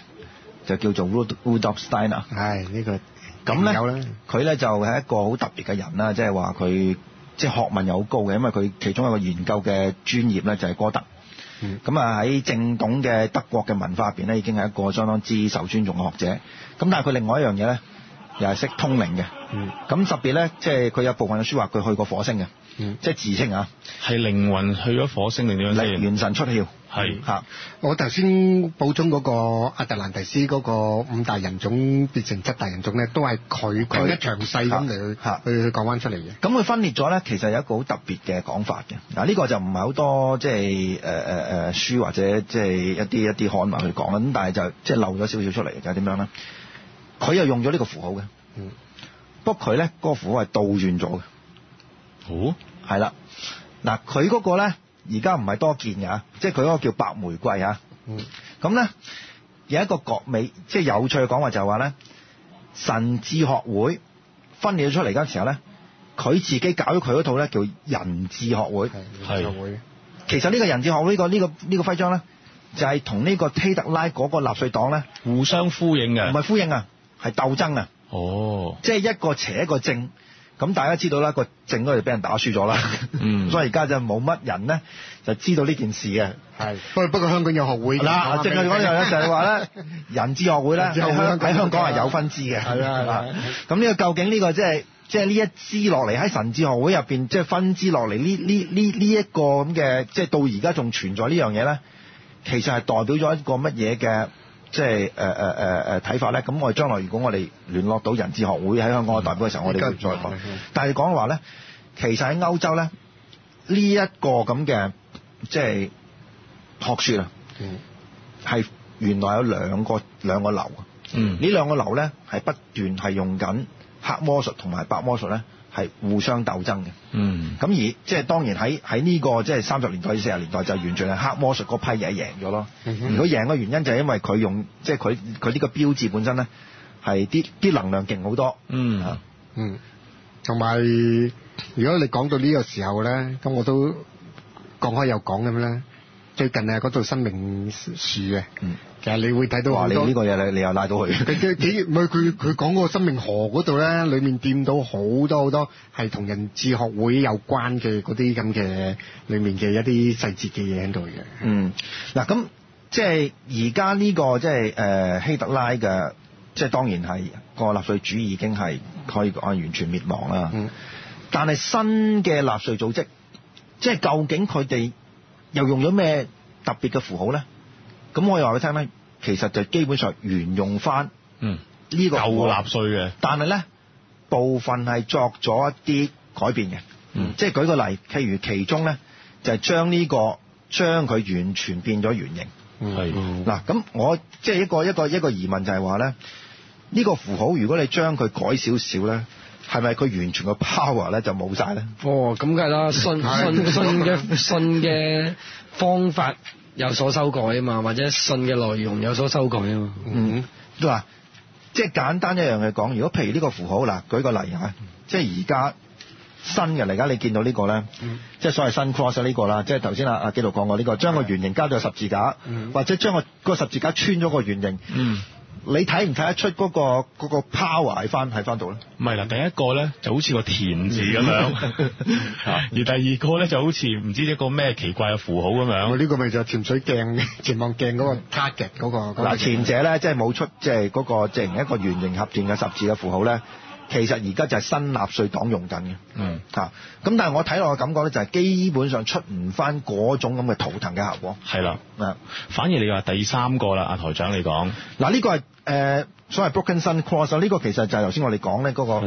就叫做 Rud- Rudolf Steiner。唉，呢個咁有咧啦。，佢咧就係一個好特別嘅人啦，即係話佢即係學問又好高嘅，因為佢其中一個研究嘅專業咧就係歌德。嗯咁啊喺正統嘅德國嘅文化入邊咧，已經係一個相當之受尊重嘅學者。咁但係佢另外一樣嘢咧，又係識通靈嘅。嗯咁特別咧，即係佢有部分嘅書話佢去過火星嘅，嗯即係自稱啊，係靈魂去咗火星定點樣力先？元神出竅。係嚇我頭先補充嗰個阿特蘭蒂斯嗰個五大人種變成七大人種咧，都係佢更加詳細咁嚟去嚇去去講翻出嚟嘅。咁佢分裂咗咧，其實有一個好特別嘅講法嘅。嗱，呢個就唔係好多即係誒呃誒誒書或者即係呃一啲一啲刊物去講啦。咁但係就即係漏咗少少出嚟，就係點樣咧？佢又用咗呢個符號嘅，嗯，不過佢咧嗰個符號係倒轉咗嘅，好係啦。嗱，佢嗰個咧而家唔係多見㗎，即係佢嗰個叫白玫瑰啊。嗯，咁咧有一個國美即係有趣嘅講話就係話咧，神智學會分裂咗出嚟嗰陣時候咧，佢自己搞咗佢嗰套咧叫人智學會。係就會其實呢個人智學會呢、個呢、個呢、個徽章咧，就係同呢個希特拉嗰個納粹黨咧互相呼應唔嘅。係呼應啊，係鬥爭啊，哦，即係一個扯一個正。咁大家知道啦，個正嗰度俾人打輸咗啦，嗯所以而家就冇乜人咧就知道呢件事嘅。係。不過不過香港有學會嘅嗱，正係講一樣嘢就係話咧， 人智學會咧人智學喺會香 喺香港係有分支嘅，係啊係啊。咁呢個究竟呢個即係即係呢一支落嚟喺神智學會入邊，即係分支落嚟呢呢呢呢一個咁嘅，即係到而家仲存在呢樣嘢咧，其實係代表咗一個乜嘢嘅？即係誒誒誒誒睇法咧，咁我哋將來如果我哋聯絡到人智學會喺香港嘅代表嘅時候，我哋會再講嗯。但係講嘅話咧，其實喺歐洲咧，呢一個咁嘅即係學説啊，嗯係原來有兩個兩個流嘅，嗯呢兩個流呢，係不斷係用緊黑魔術同埋白魔術呢，係互相鬥爭嘅。嗯咁而即係當然喺喺呢個即係三十年代至四十年代就完全係黑魔術嗰批嘢贏咗咯。嗯哼如果贏嘅原因就係因為佢用即係佢佢呢個標誌本身呢，係啲啲能量勁好多。嗯啊，嗯，同埋如果你講到呢個時候咧，咁我都講開又講咁咧。最近啊，嗰度生命樹嘅，嗯其實你會睇到哇！好你多呢個嘢你你又拉到佢。 佢佢幾唔係佢佢講嗰個生命河嗰度咧，裏面掂到好多好多係同人智學會有關嘅嗰啲咁嘅裏面嘅一啲細節嘅嘢喺度嘅。嗯，嗱咁即係而家呢個即係誒希特拉嘅，即係當然係個納粹主義已經係可以講係完全滅亡啦。嗯但係新嘅納粹組織，即係究竟佢哋又用咗咩特別嘅符號咧？咁我又話俾你聽咧，其實就基本上沿用翻嗯，呢個舊符號納税嘅，但係咧部分係作咗一啲改變嘅，嗯即係舉個例，譬如其中咧就係將呢個將佢完全變咗圓形。係嗯嗱，咁我即係一個一個一個疑問就係話咧，呢、個符號如果你將佢改少少咧，係咪佢完全個 power 咧就冇晒咧？哦，咁梗係啦，信信信嘅信嘅方法有所修改啊嘛，或者信嘅內容有所修改啊嘛。嗯，嗱，即係簡單一樣嘅講，如果譬如呢個符號嗱，舉個例嗯嚇，即係而家新嘅嚟，而家你見到呢個咧，嗯即係所謂新 cross 呢個啦，即係頭先啊阿阿基度講過呢、個，將個圓形加咗十字架，嗯或者將個個十字架穿咗個圓形，嗯。你睇唔睇得出嗰、個嗰、個 power 喺翻喺翻度咧？唔係啦，第一個咧就好似個田字咁樣， 啊而第二個咧就好似唔知一個咩奇怪嘅符號咁嗯我樣。呢個咪就係潛水鏡、潛望鏡嗰個 target 嗰個嗰個。嗱，前者咧即係冇出即係嗰個即係一個圓形合轉嘅十字嘅符號咧，其實而家就係新納粹黨用緊嘅。嗯，嚇、啊咁但係我睇落嘅感覺咧，就係基本上出唔翻嗰種咁嘅圖騰嘅效果。係啦。啊，反而你話第三個啦，阿台長你講，嗱呢個係誒所謂 broken sun cross 啊呢個其實就係頭先我哋講咧嗰係個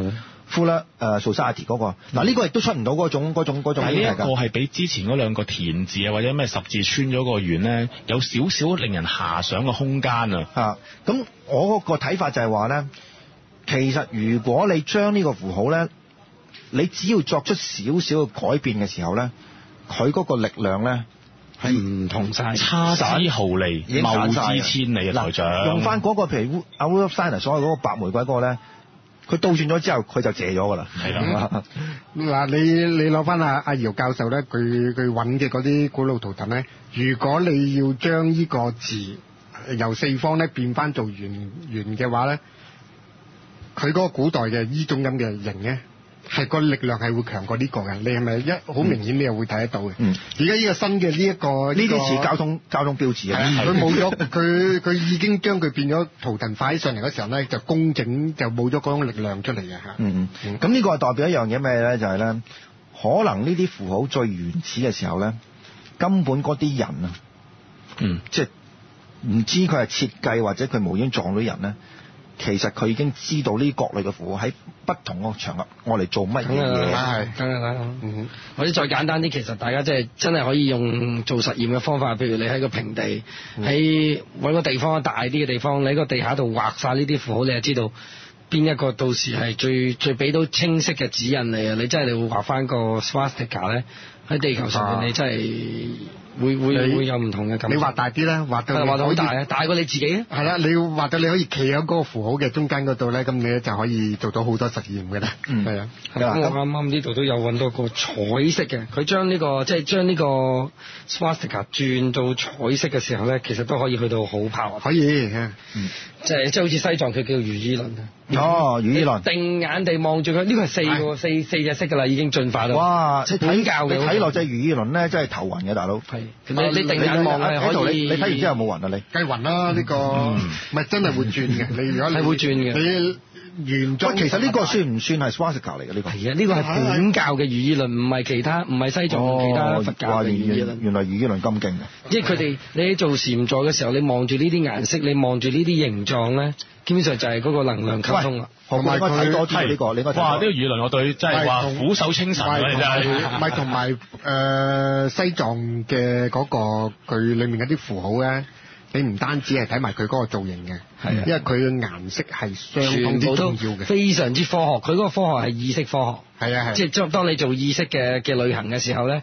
fuller 誒 society 嗰個。嗱呢個亦都出唔到嗰種嗰種嗰種但係呢嘢一個㗎。係比之前嗰兩個田字啊或者咩十字穿咗個圓咧，有少少令人遐想嘅空間啊。嚇，咁我個睇法就係話咧，其實如果你將呢個符號咧，你只要作出少少嘅改變嘅時候咧，佢嗰個力量咧係唔同晒差之毫厘，已經散謬晒之千里啊！台長，用翻嗰、個譬如阿 Will s i n e r 所謂嗰個白玫瑰嗰個咧，佢倒轉咗之後，佢就謝咗噶啦。係 啦，嗱，你你攞翻阿阿姚教授咧，佢佢揾嘅嗰啲古老圖騰咧，如果你要將呢個字呃由四方咧變翻做圓圓嘅話咧，佢嗰個古代嘅呢種咁嘅形咧，係個力量係會強過呢個嘅。你係咪一好明顯你又會睇得到嘅？嗯而家呢個新嘅呢一個呢啲似教。交通交通標誌係啊啊。佢冇咗，佢佢已經將佢變咗圖騰化起上嚟嗰時候咧，就工整就冇咗嗰種力量出嚟嘅嚇。嗯嗯，咁呢個係代表一樣嘢咩咧？就係、咧，可能呢啲符號最原始嘅時候咧，根本嗰啲人啊，嗯即係唔知佢係設計或者佢無端撞到人咧，其實佢已經知道呢各類嘅符號喺不同嘅場合我嚟做嗯乜嘢梗係嘢。啊啦，梗係啦。或者再簡單啲，其實大家即係真係可以用做實驗嘅方法，譬如你喺個平地，嗯喺揾個地方大啲嘅地方，你喺個地下度畫晒呢啲符號，你就知道邊一個到時係最最俾到清晰嘅指引你啊！你真係你會畫翻個 swastika 咧，喺地球上面啊你真係會會你會有唔同嘅感你覺。畫大啲啦，畫係到啦畫到好大可以啊，大過你自己啊！係啦，你要畫到你可以企喺嗰個符號嘅中間嗰度咧，咁你咧就可以做到好多實驗嘅啦。嗯係啊，係啦，我啱啱呢度都有揾到個彩色嘅，佢將呢個即係將呢個 swastika 轉到彩色嘅時候咧，其實都可以去到好 power，可以嚇。即係即係好似西藏佢叫如意輪啊，哦，語言論。定眼地望住佢，呢個係四個四四隻色㗎啦，已經進化到。哇！你睇本教嘅你睇落隻魚意輪咧，真係頭暈嘅大佬。係你你定眼望係可以，你睇完之後有冇暈啊？你計雲啦，呢個唔係真係會轉嘅。你如果你係會轉嘅，你原裝喂，其實呢個算唔算係 swastika 嚟嘅呢個？啊係啊，呢個係本教嘅如意輪，唔係其他唔係西藏同其他佛教哦哇嘅啊如原意輪原。原來魚意輪咁勁嘅。即係佢哋你喺做禪坐嘅時候，你望住呢啲顏色，你望住呢啲形狀咧，基本上就係嗰個能量溝通啊啦。喂同埋何君你應該睇佢多啲呢個，你應該睇哇！呢多個啲輿論我對真係話唔係同俯首稱臣啊！你真係唔係同埋誒西藏嘅嗰個佢裡面嗰啲符號咧，你唔單止係睇埋佢嗰個造型嘅，係啊因為佢嘅顏色係相當全之部都重要嘅。非常之科學，佢嗰個科學係意識科係啊學，係即係當你做意識嘅嘅旅行嘅時候咧，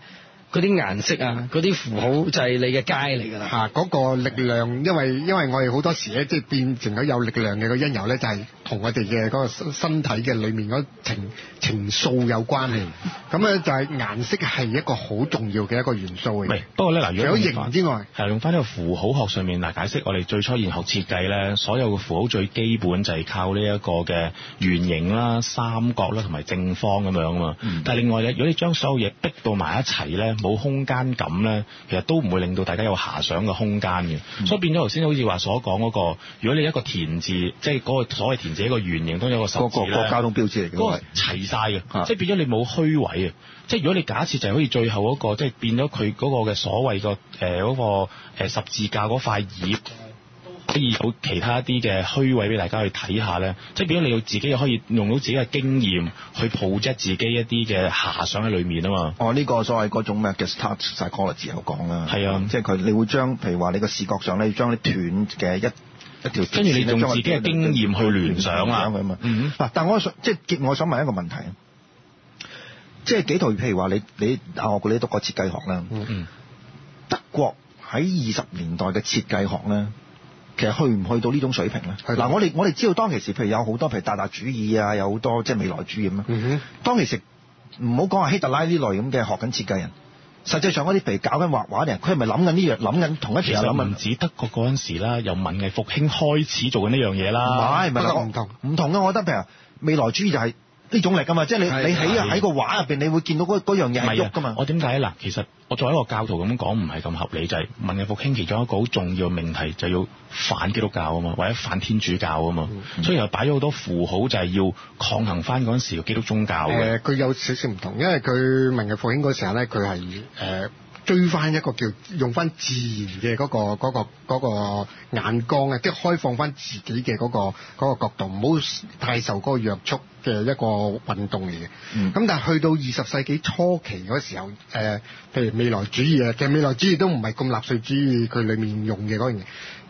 嗰啲顏色啊，嗰啲符號就係你嘅街嚟㗎啦。嚇嗰個力量，因為因為我哋好多時咧，即係變成咗有力量嘅個因由咧，就係同我哋嘅嗰個身身體嘅裡面嗰情情素有關係。嗯咁咧就係顏色係一個好重要嘅一個元素嚟嘅喂。不過咧嗱，除如果咗用返形之外，係用翻呢個符號學上面嗱，解釋我哋最初研學設計咧，所有嘅符號最基本就係靠呢一個嘅圓形啦、三角啦同埋正方咁樣啊嘛。但係另外咧，如果你將所有嘢逼到埋一齊咧，冇空間感咧，其實都唔會令到大家有遐想嘅空間嘅。所以變咗頭先好似話所講嗰、個，如果你一個田字，即係嗰個所謂田字一個圓形，當中有個十個字個咧。個交通標誌嚟嘅嗰個喎。齊晒啊嘅，即係變咗你冇虛位啊！即係如果你假設就係好似最後嗰、個，即係變咗佢嗰個嘅所謂個誒嗰個呃十字架嗰塊葉，可以有其他一啲嘅虛位俾大家去睇下咧，即係變咗你要自己可以用到自己嘅經驗去 project 自己一啲嘅遐想喺裏面啊嘛。哦，呢、個所謂嗰種咩嘅 start psychology 有講啦，係啊即係佢你會將譬如話你個視覺上咧，要將啲斷嘅一一條跟住你用自己嘅經驗去聯想啦咁嘛。嗯嗱，但我想即係結我想問一個問題，啊即係幾套譬如話你你大學嗰啲讀過設計學啦，嗯，德國喺二十年代嘅設計學咧。其實去唔去到呢種水平咧？去到嗱，我哋我哋知道當其時，譬如有好多譬如達達主義啊，有好多即係未來主義咁樣。嗯當其時唔好講話希特拉呢類咁嘅學緊設計人，實際上嗰啲譬如搞緊畫畫嘅人，佢係咪諗緊呢樣諗緊同一其時間實諗緊？唔止德國嗰陣時啦，由文藝復興開始做緊呢樣嘢唔啦。係唔不係過唔同唔同嘅，我覺得譬如未來主義就係呢種力㗎嘛，即係你係你喺係喺個畫入邊，你會見到嗰嗰樣嘢係係啊喐㗎嘛。我點解嗱？其實我作為一個教徒咁講，唔係咁合理，就係、文藝復興其中一個好重要嘅命題，就要反基督教啊嘛，或者反天主教啊嘛，嗯所以又擺咗好多符號，就係要抗衡翻嗰陣時嘅基督宗教哼，啊嘅。誒佢有少少唔同，因為佢文藝復興嗰時候咧，佢係誒追翻一個叫用翻自然嘅嗰個嗰個嗰個眼光啊，即係開放翻自己嘅嗰個嗰個角度，唔好太受嗰個約束嘅一個運動嚟嘅。嗯咁但係去到二十世紀初期嗰時候，誒、譬如未來主義啊，其實未來主義都唔係咁納粹主義佢裡面用嘅嗰樣嘢。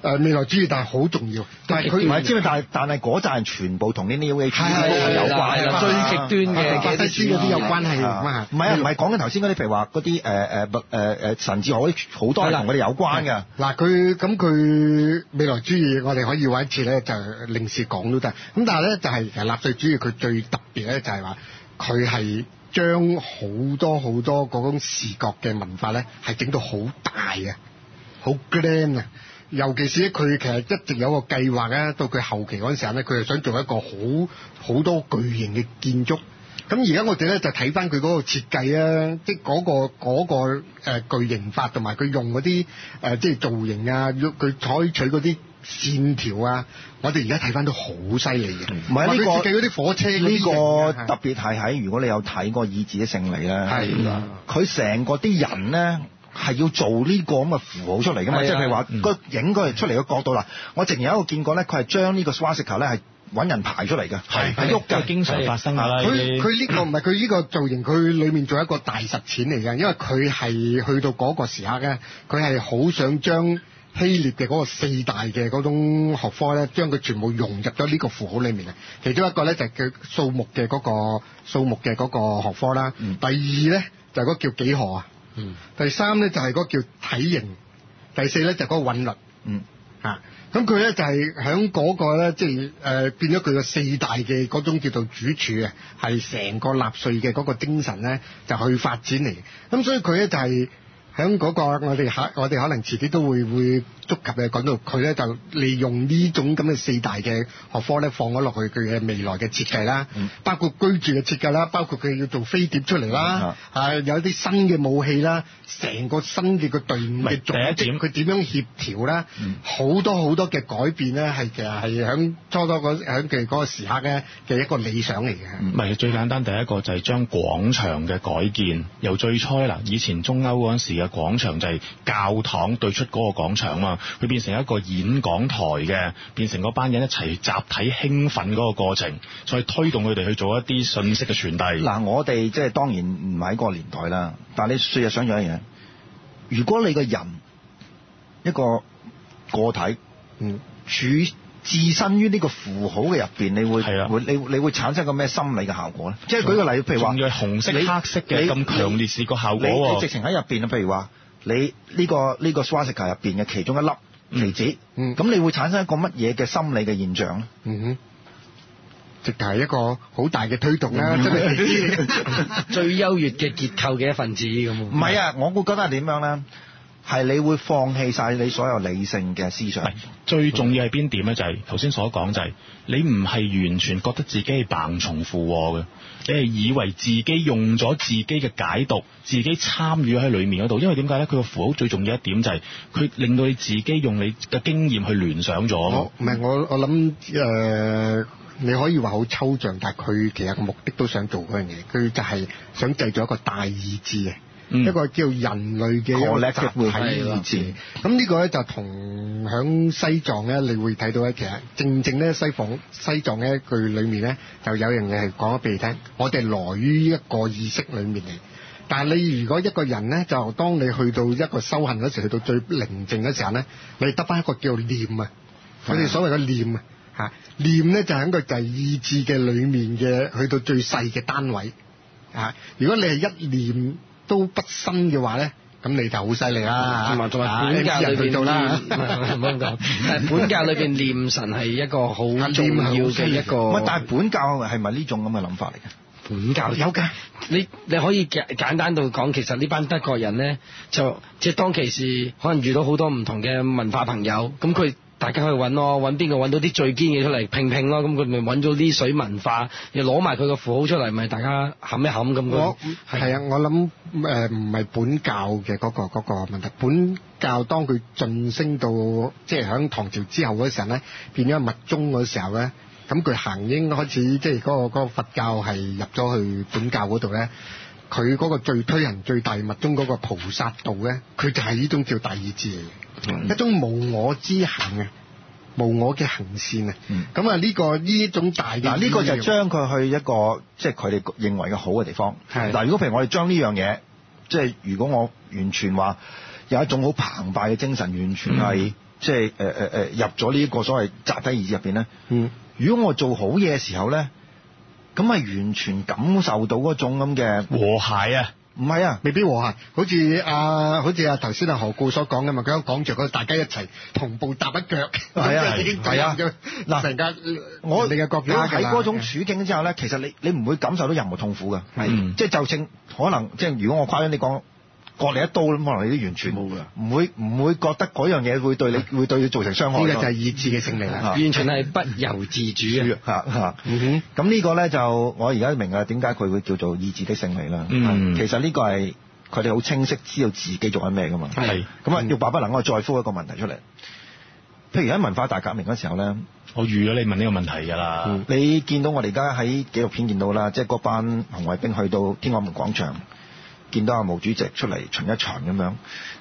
誒、未來主義但係好重要，但係唔佢係知唔知？但係但係嗰陣全部同呢啲 New Age 係係係有係關啦㗎嘛最極端嘅啊法西斯嗰啲有關係咁啊啊，唔係啊，唔係講緊頭先嗰啲，譬如話嗰啲誒誒誒誒神智學嗰啲，好多係同佢哋有關㗎。嗱，佢咁佢未來主義，我哋可以玩一次咧，就另事講都得。咁但係咧，就係、其實納粹主義佢最特別咧，就係話佢係將好多好多嗰種視覺嘅文化咧，係整到好大嘅，好 grand 啊！尤其是佢其實一直有個計劃咧，到佢後期嗰陣時候咧，佢係想做一個好好多巨型嘅建築。咁而家我哋咧就睇翻佢嗰個設計啊，即係嗰、個嗰、個、呃、巨型法同埋佢用嗰啲誒即係造型啊，佢採取嗰啲線條啊，我哋而家睇翻都好犀利嘅。唔係呢個佢設計嗰啲火車嗰啲呢個型啊特別係喺如果你有睇過《意志的勝利》咧，係啦佢成個啲人咧係要做呢個咁嘅符號出嚟噶嘛，係啊即係譬如話嗯個影嗰出嚟嘅角度啦，我直情有一個見過咧，佢係將呢個 swastika 咧係揾人排出嚟嘅，係係喐係嘅，經常發生㗎啦，呢佢啲佢呢個唔係佢呢個造型，佢裏面仲有一個大實踐嚟嘅，因為佢係去到嗰個時刻咧，佢係好想將希臘嘅嗰個四大嘅嗰種學科咧，將佢全部融入咗呢個符號裏面嘅。其中一個咧就係佢數目嘅嗰、個數目嘅嗰個學科啦，第二咧就係、嗰個叫幾何啊，嗯， 第三咧就係、嗰個叫體型，第四咧就係嗰個韻律。嗯，啊，咁佢咧就係響嗰個咧，即係誒、呃、變咗佢個四大嘅嗰種叫做主柱啊，係成個納粹嘅嗰個精神咧，就去發展嚟嘅。咁所以佢咧就係響嗰個我哋下，我哋可能遲啲都會會觸及嘅講到佢咧就利用呢種咁嘅四大嘅學科咧放咗落去佢嘅未來嘅設計啦，嗯包括居住嘅設計啦，包括佢要做飛碟出嚟啦，啊有啲新嘅武器啦，成個新嘅個隊伍係嘅組第一點嗯織，佢點樣協調啦，好、多好多嘅改變咧，係其實係響初初嗰響佢嗰個時刻咧嘅一個理想嚟嘅。唔係最簡單，第一個就係將廣場嘅改建，由最初啦，以前中歐嗰陣時嘅廣場就係教堂對出嗰個廣場嘛，佢變成一個演講台嘅，變成嗰班人一齊集體興奮嗰個過程，再推動佢哋去做一啲信息嘅傳遞。嗱，我哋即係當然唔喺嗰個年代啦，但係你事實想像一樣嘢，如果你個人一個個體嗯，處置身於呢個符號嘅入邊，你會係啊啦會你你會產生個咩心理嘅效果咧？即係舉個例，譬如話仲要係紅色你黑色嘅你咁強烈視覺效果你喎你直情喺入邊啊，譬如話你呢個呢個 swastika 入邊嘅其中一粒棋子，嗯咁你會產生一個乜嘢嘅心理嘅現象咧？嗯哼，直頭係一個好大嘅推動啦，真係。最優越嘅結構嘅一份子咁嗯喎。唔係啊，我估覺得係點樣咧？係你會放棄晒你所有理性嘅思想唔係。最重要係邊點咧？就係頭先所講，就係你唔係完全覺得自己係盲從附和嘅，你係以為自己用咗自己嘅解讀，自己參與喺裡面嗰度。因為點解咧？佢個符號最重要一點就係佢令到你自己用你嘅經驗去聯想咗啊嘛我唔係我我諗誒、呃你可以話好抽象，但係佢其實個目的都想做嗰樣嘢，佢就係想製造一個大意志嘅。嗯一個叫人類嘅一個 Collective 集體 will 意志，咁呢個咧就同響西藏咧，你會睇到咧，其實正正咧西方西藏咧佢裏面咧就有樣嘢係講咗俾你聽，我哋來於一個意識裏面嚟。但係你如果一個人咧，就當你去到一個修行嗰時，去到最寧靜嘅時候咧，你得翻一個叫念啊，佢哋所謂嘅念啊，嚇念咧就喺個就係意志嘅裡面嘅，去到最細嘅單位。啊！如果你係一念都不生嘅話咧，咁你就好犀利啦。同埋同啊埋本教裏你知人去邊到啦念，唔係唔好咁講。但係本教裏邊念神係一個好啊重要嘅一唔個係，。但係本教係咪呢種咁嘅諗法嚟嘅？本教有㗎，你你可以簡簡單到講，其實呢班德國人呢，就即係當其時可能遇到好多唔同嘅文化朋友，咁佢大家去揾咯，揾邊個揾到啲最堅嘅出嚟拼拼咯，咁佢咪揾咗啲水文化，又攞埋佢個符號出嚟，咪大家冚一冚咁佢我係啊，我諗誒唔係本教嘅嗰、個嗰、個問題。本教當佢晉升到即係喺唐朝之後嗰陣咧，變咗密宗嗰時候咧，咁佢行英開始即係嗰、個嗰個佛教係入咗去本教嗰度咧。佢嗰個最推行最大密宗嗰個菩薩道咧，佢就係呢種叫大意志嚟嘅，嗯一種無我之行啊，無我嘅行善啊嗯。咁啊、呢個呢一種大嘅嗱，呢個就係意將佢去一個即係佢哋認為嘅好嘅地方。係嗱，如果譬如我哋將呢樣嘢，即係如果我完全話有一種好澎湃嘅精神，完全嗯係即係誒誒誒入咗呢個所謂集體意志入邊咧。嗯。如果我做好嘢嘅時候咧，咁係完全感受到嗰種咁嘅，和諧啊！唔係啊，未必和諧，好似啊，好似啊頭先啊何故所講嘅嘛，佢喺講著嗰大家一齊同步踏一腳，係啊 已經係啊咁樣嗱成間我你嘅國如家果喺嗰種係處境之下咧，其實你你唔會感受到任何痛苦嘅，嗯即係就算可能即係如果我誇張你講割你一刀咁，可能你都完全冇㗎唔會唔會覺得嗰樣嘢會對你會對你造成傷害啊㗎。呢個就係意啊志嘅勝利啦。啊完全係不由自主啊嘅。嚇嚇嗯咁呢個咧就我而家明啦，點解佢會叫做意志的勝利啦。嗯其實呢個係佢哋好清晰知道自己做緊咩噶嘛。係咁嗯啊，欲罷不能，我再呼一個問題出嚟。譬如喺文化大革命嗰時候咧，我預咗你問呢個問題㗎啦。嗯你見到我哋而家喺紀錄片見到啦，即係嗰班紅衛兵去到天安門廣場，見到阿毛主席出嚟巡一巡咁樣，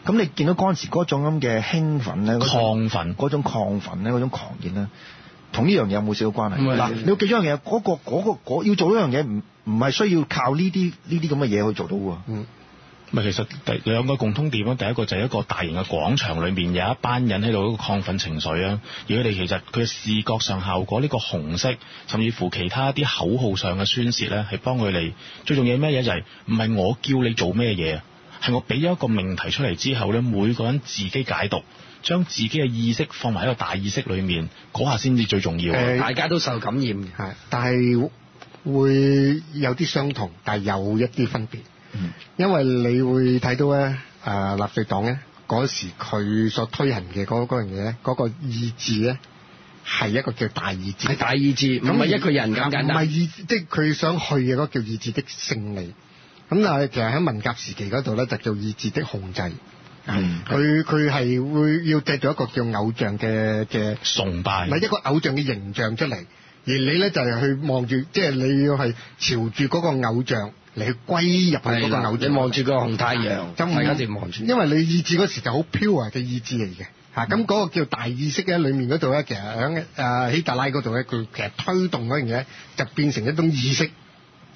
咁你見到嗰陣時嗰種咁嘅興奮咧，嗰種亢奮嗰種亢奮咧，嗰種狂熱咧，同呢樣嘢有冇少少關係？唔係嗱，你要記住一樣嘢，嗰、個嗰、個嗰要做一樣嘢，唔唔係需要靠呢啲呢啲咁嘅嘢去做到喎。嗯，咪其實第兩個共通點咯，啊第一個就係一個大型嘅廣場裏面有一班人喺度一個亢奮情緒啊，而佢哋其實佢嘅視覺上效果呢、個紅色，甚至乎其他啲口號上嘅宣泄咧，係幫佢哋最重要係咩嘢就係唔係我叫你做咩嘢，係我俾咗一個命題出嚟之後咧，每個人自己解讀，將自己嘅意識放埋喺個大意識裏面，嗰下先至最重要啊。誒大家都受感染嘅。係，但係會有啲相同，但係有一啲分別。嗯因為你會睇到咧，誒、納粹黨咧嗰時佢所推行嘅嗰嗰樣嘢咧，嗰、個意志咧係一個叫大意志，係大意志，唔係一個人咁簡唔係單。意，即係佢想去嘅嗰個叫意志的勝利。咁但係其實喺文革時期嗰度咧，就叫意志的控制。嗯佢佢係會要製造一個叫偶像嘅嘅。崇拜唔係一個偶像嘅形象出嚟，而你咧就係去望住，即係你要係朝住嗰個偶像嚟去歸入去嗰係個啦偶像。你望住個紅太陽，就唔大家就望住。嗯因為你意志嗰時就好 pure 嘅意志嚟嘅。嚇，咁嗰個叫大意識咧，裡面嗰度咧，其實喺誒希特拉嗰度咧，佢其實推動嗰樣嘢就變成一種意識，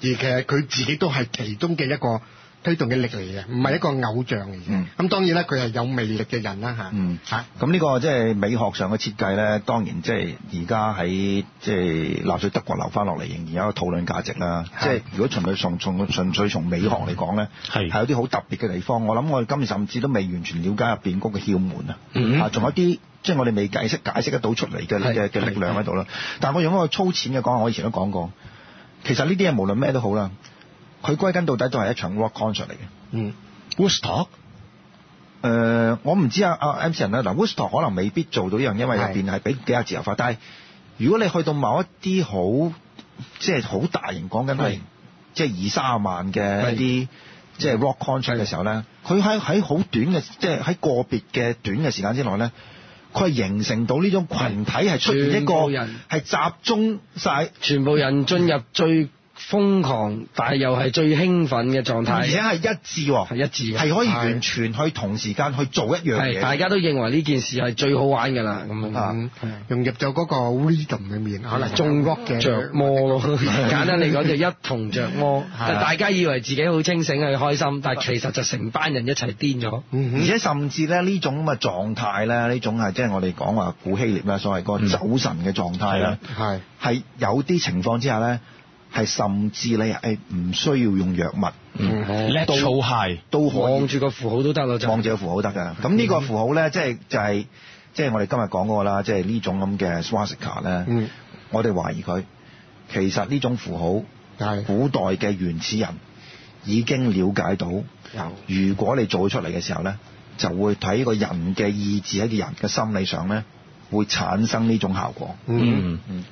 而其實佢自己都係其中嘅一個推動嘅力嚟嘅，唔係一個偶像嚟嘅。咁嗯、當然啦，佢係有魅力嘅人啦嚇。嗯嚇，咁呢個即係美學上嘅設計咧，當然即係而家喺即係納粹德國留翻落嚟，仍然有一個討論價值啦。係即係如果純粹從從純粹從美學嚟講咧，係係有啲好特別嘅地方。我諗我哋今日甚至都未完全了解入邊嗰個竅門啊，嗯啊，仲有啲即係我哋未解釋解釋得到出嚟嘅係嘅嘅力量喺度啦。但係我用一個粗淺嘅講，我以前都講過，其實呢啲嘢無論咩都好啦，佢歸根到底都係一場 rock concert 嚟嘅。嗯 Woodstock 誒、我唔知啊啊 M 人啦，嗱 Woodstock 可能未必做到呢樣，因為入邊係俾幾廿自由化。但係如果你去到某一啲好即係好大型，講緊係係即係二三十萬嘅係一啲即係 rock concert 嘅時候咧，佢喺喺好短嘅，即係喺個別嘅短嘅時間之內咧，佢係形成到呢種群體係出現一個全部人係集中晒，全部人進入最瘋狂，但係又係最興奮嘅狀而且態，係一致喎，係一致嘅。係可以係完全去同時間去做一樣係大嘢。家都認為呢件事係最好玩㗎啦，咁樣。啊嗯，融入咗嗰個 rhythm 裏面，可能中中 rock 嘅嗯着魔 咯，簡單嚟講就一同着魔。係大家以為自己好清醒、係開心，但係其實就成班人一齊癲咗。嗯而哼，且甚至咧呢種咁嘅狀態咧，呢種係即係我哋講話古希臘啦，所謂嗰個走神嘅狀態咧，係係、有啲情況之下咧，係甚至你係唔需要用藥物嗯哦 Let's Go High 都可望以住個符號都得咯，就望住個符號得㗎。咁呢個符號咧，即係就係、即係我哋今日講嗰個啦，即係呢種咁嘅 swastika 咧，嗯我哋懷疑佢其實呢種符號，係古代嘅原始人已經了解到。有如果你做出嚟嘅時候呢，就會睇個人嘅意志喺個人嘅心理上呢，會產生呢種效果。嗯嗯。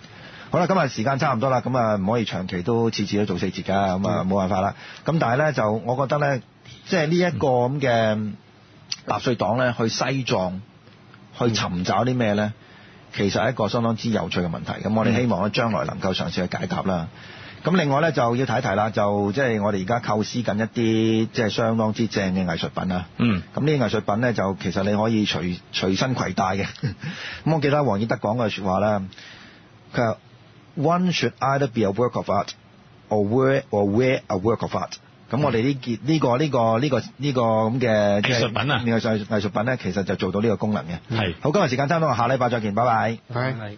好啦，今日時間差唔多啦，咁啊唔可以長期都次次都做四節㗎，咁啊冇辦法啦。咁但係呢，就我覺得呢，即係呢一個咁嘅納粹黨呢，去西藏去尋找啲咩呢？其實係一個相當之有趣嘅問題。咁我哋希望咧將來能夠嘗試去解答啦。咁另外呢，就要提一提啦，就即係我哋而家構思緊一啲即係相當之正嘅藝術品啊啦。嗯咁呢啲藝術品咧，就其實你可以隨隨身攜帶 嘅。咁我記得黃義德講過説話啦，佢話：One should either be a work of art or wear or wear a work of art。咁我哋呢件呢個呢、個呢、個呢、個咁嘅藝術品啊藝術藝術品咧，其實就做到呢個功能嘅。係好，今日時間差唔多，我下禮拜再見，拜拜。係。係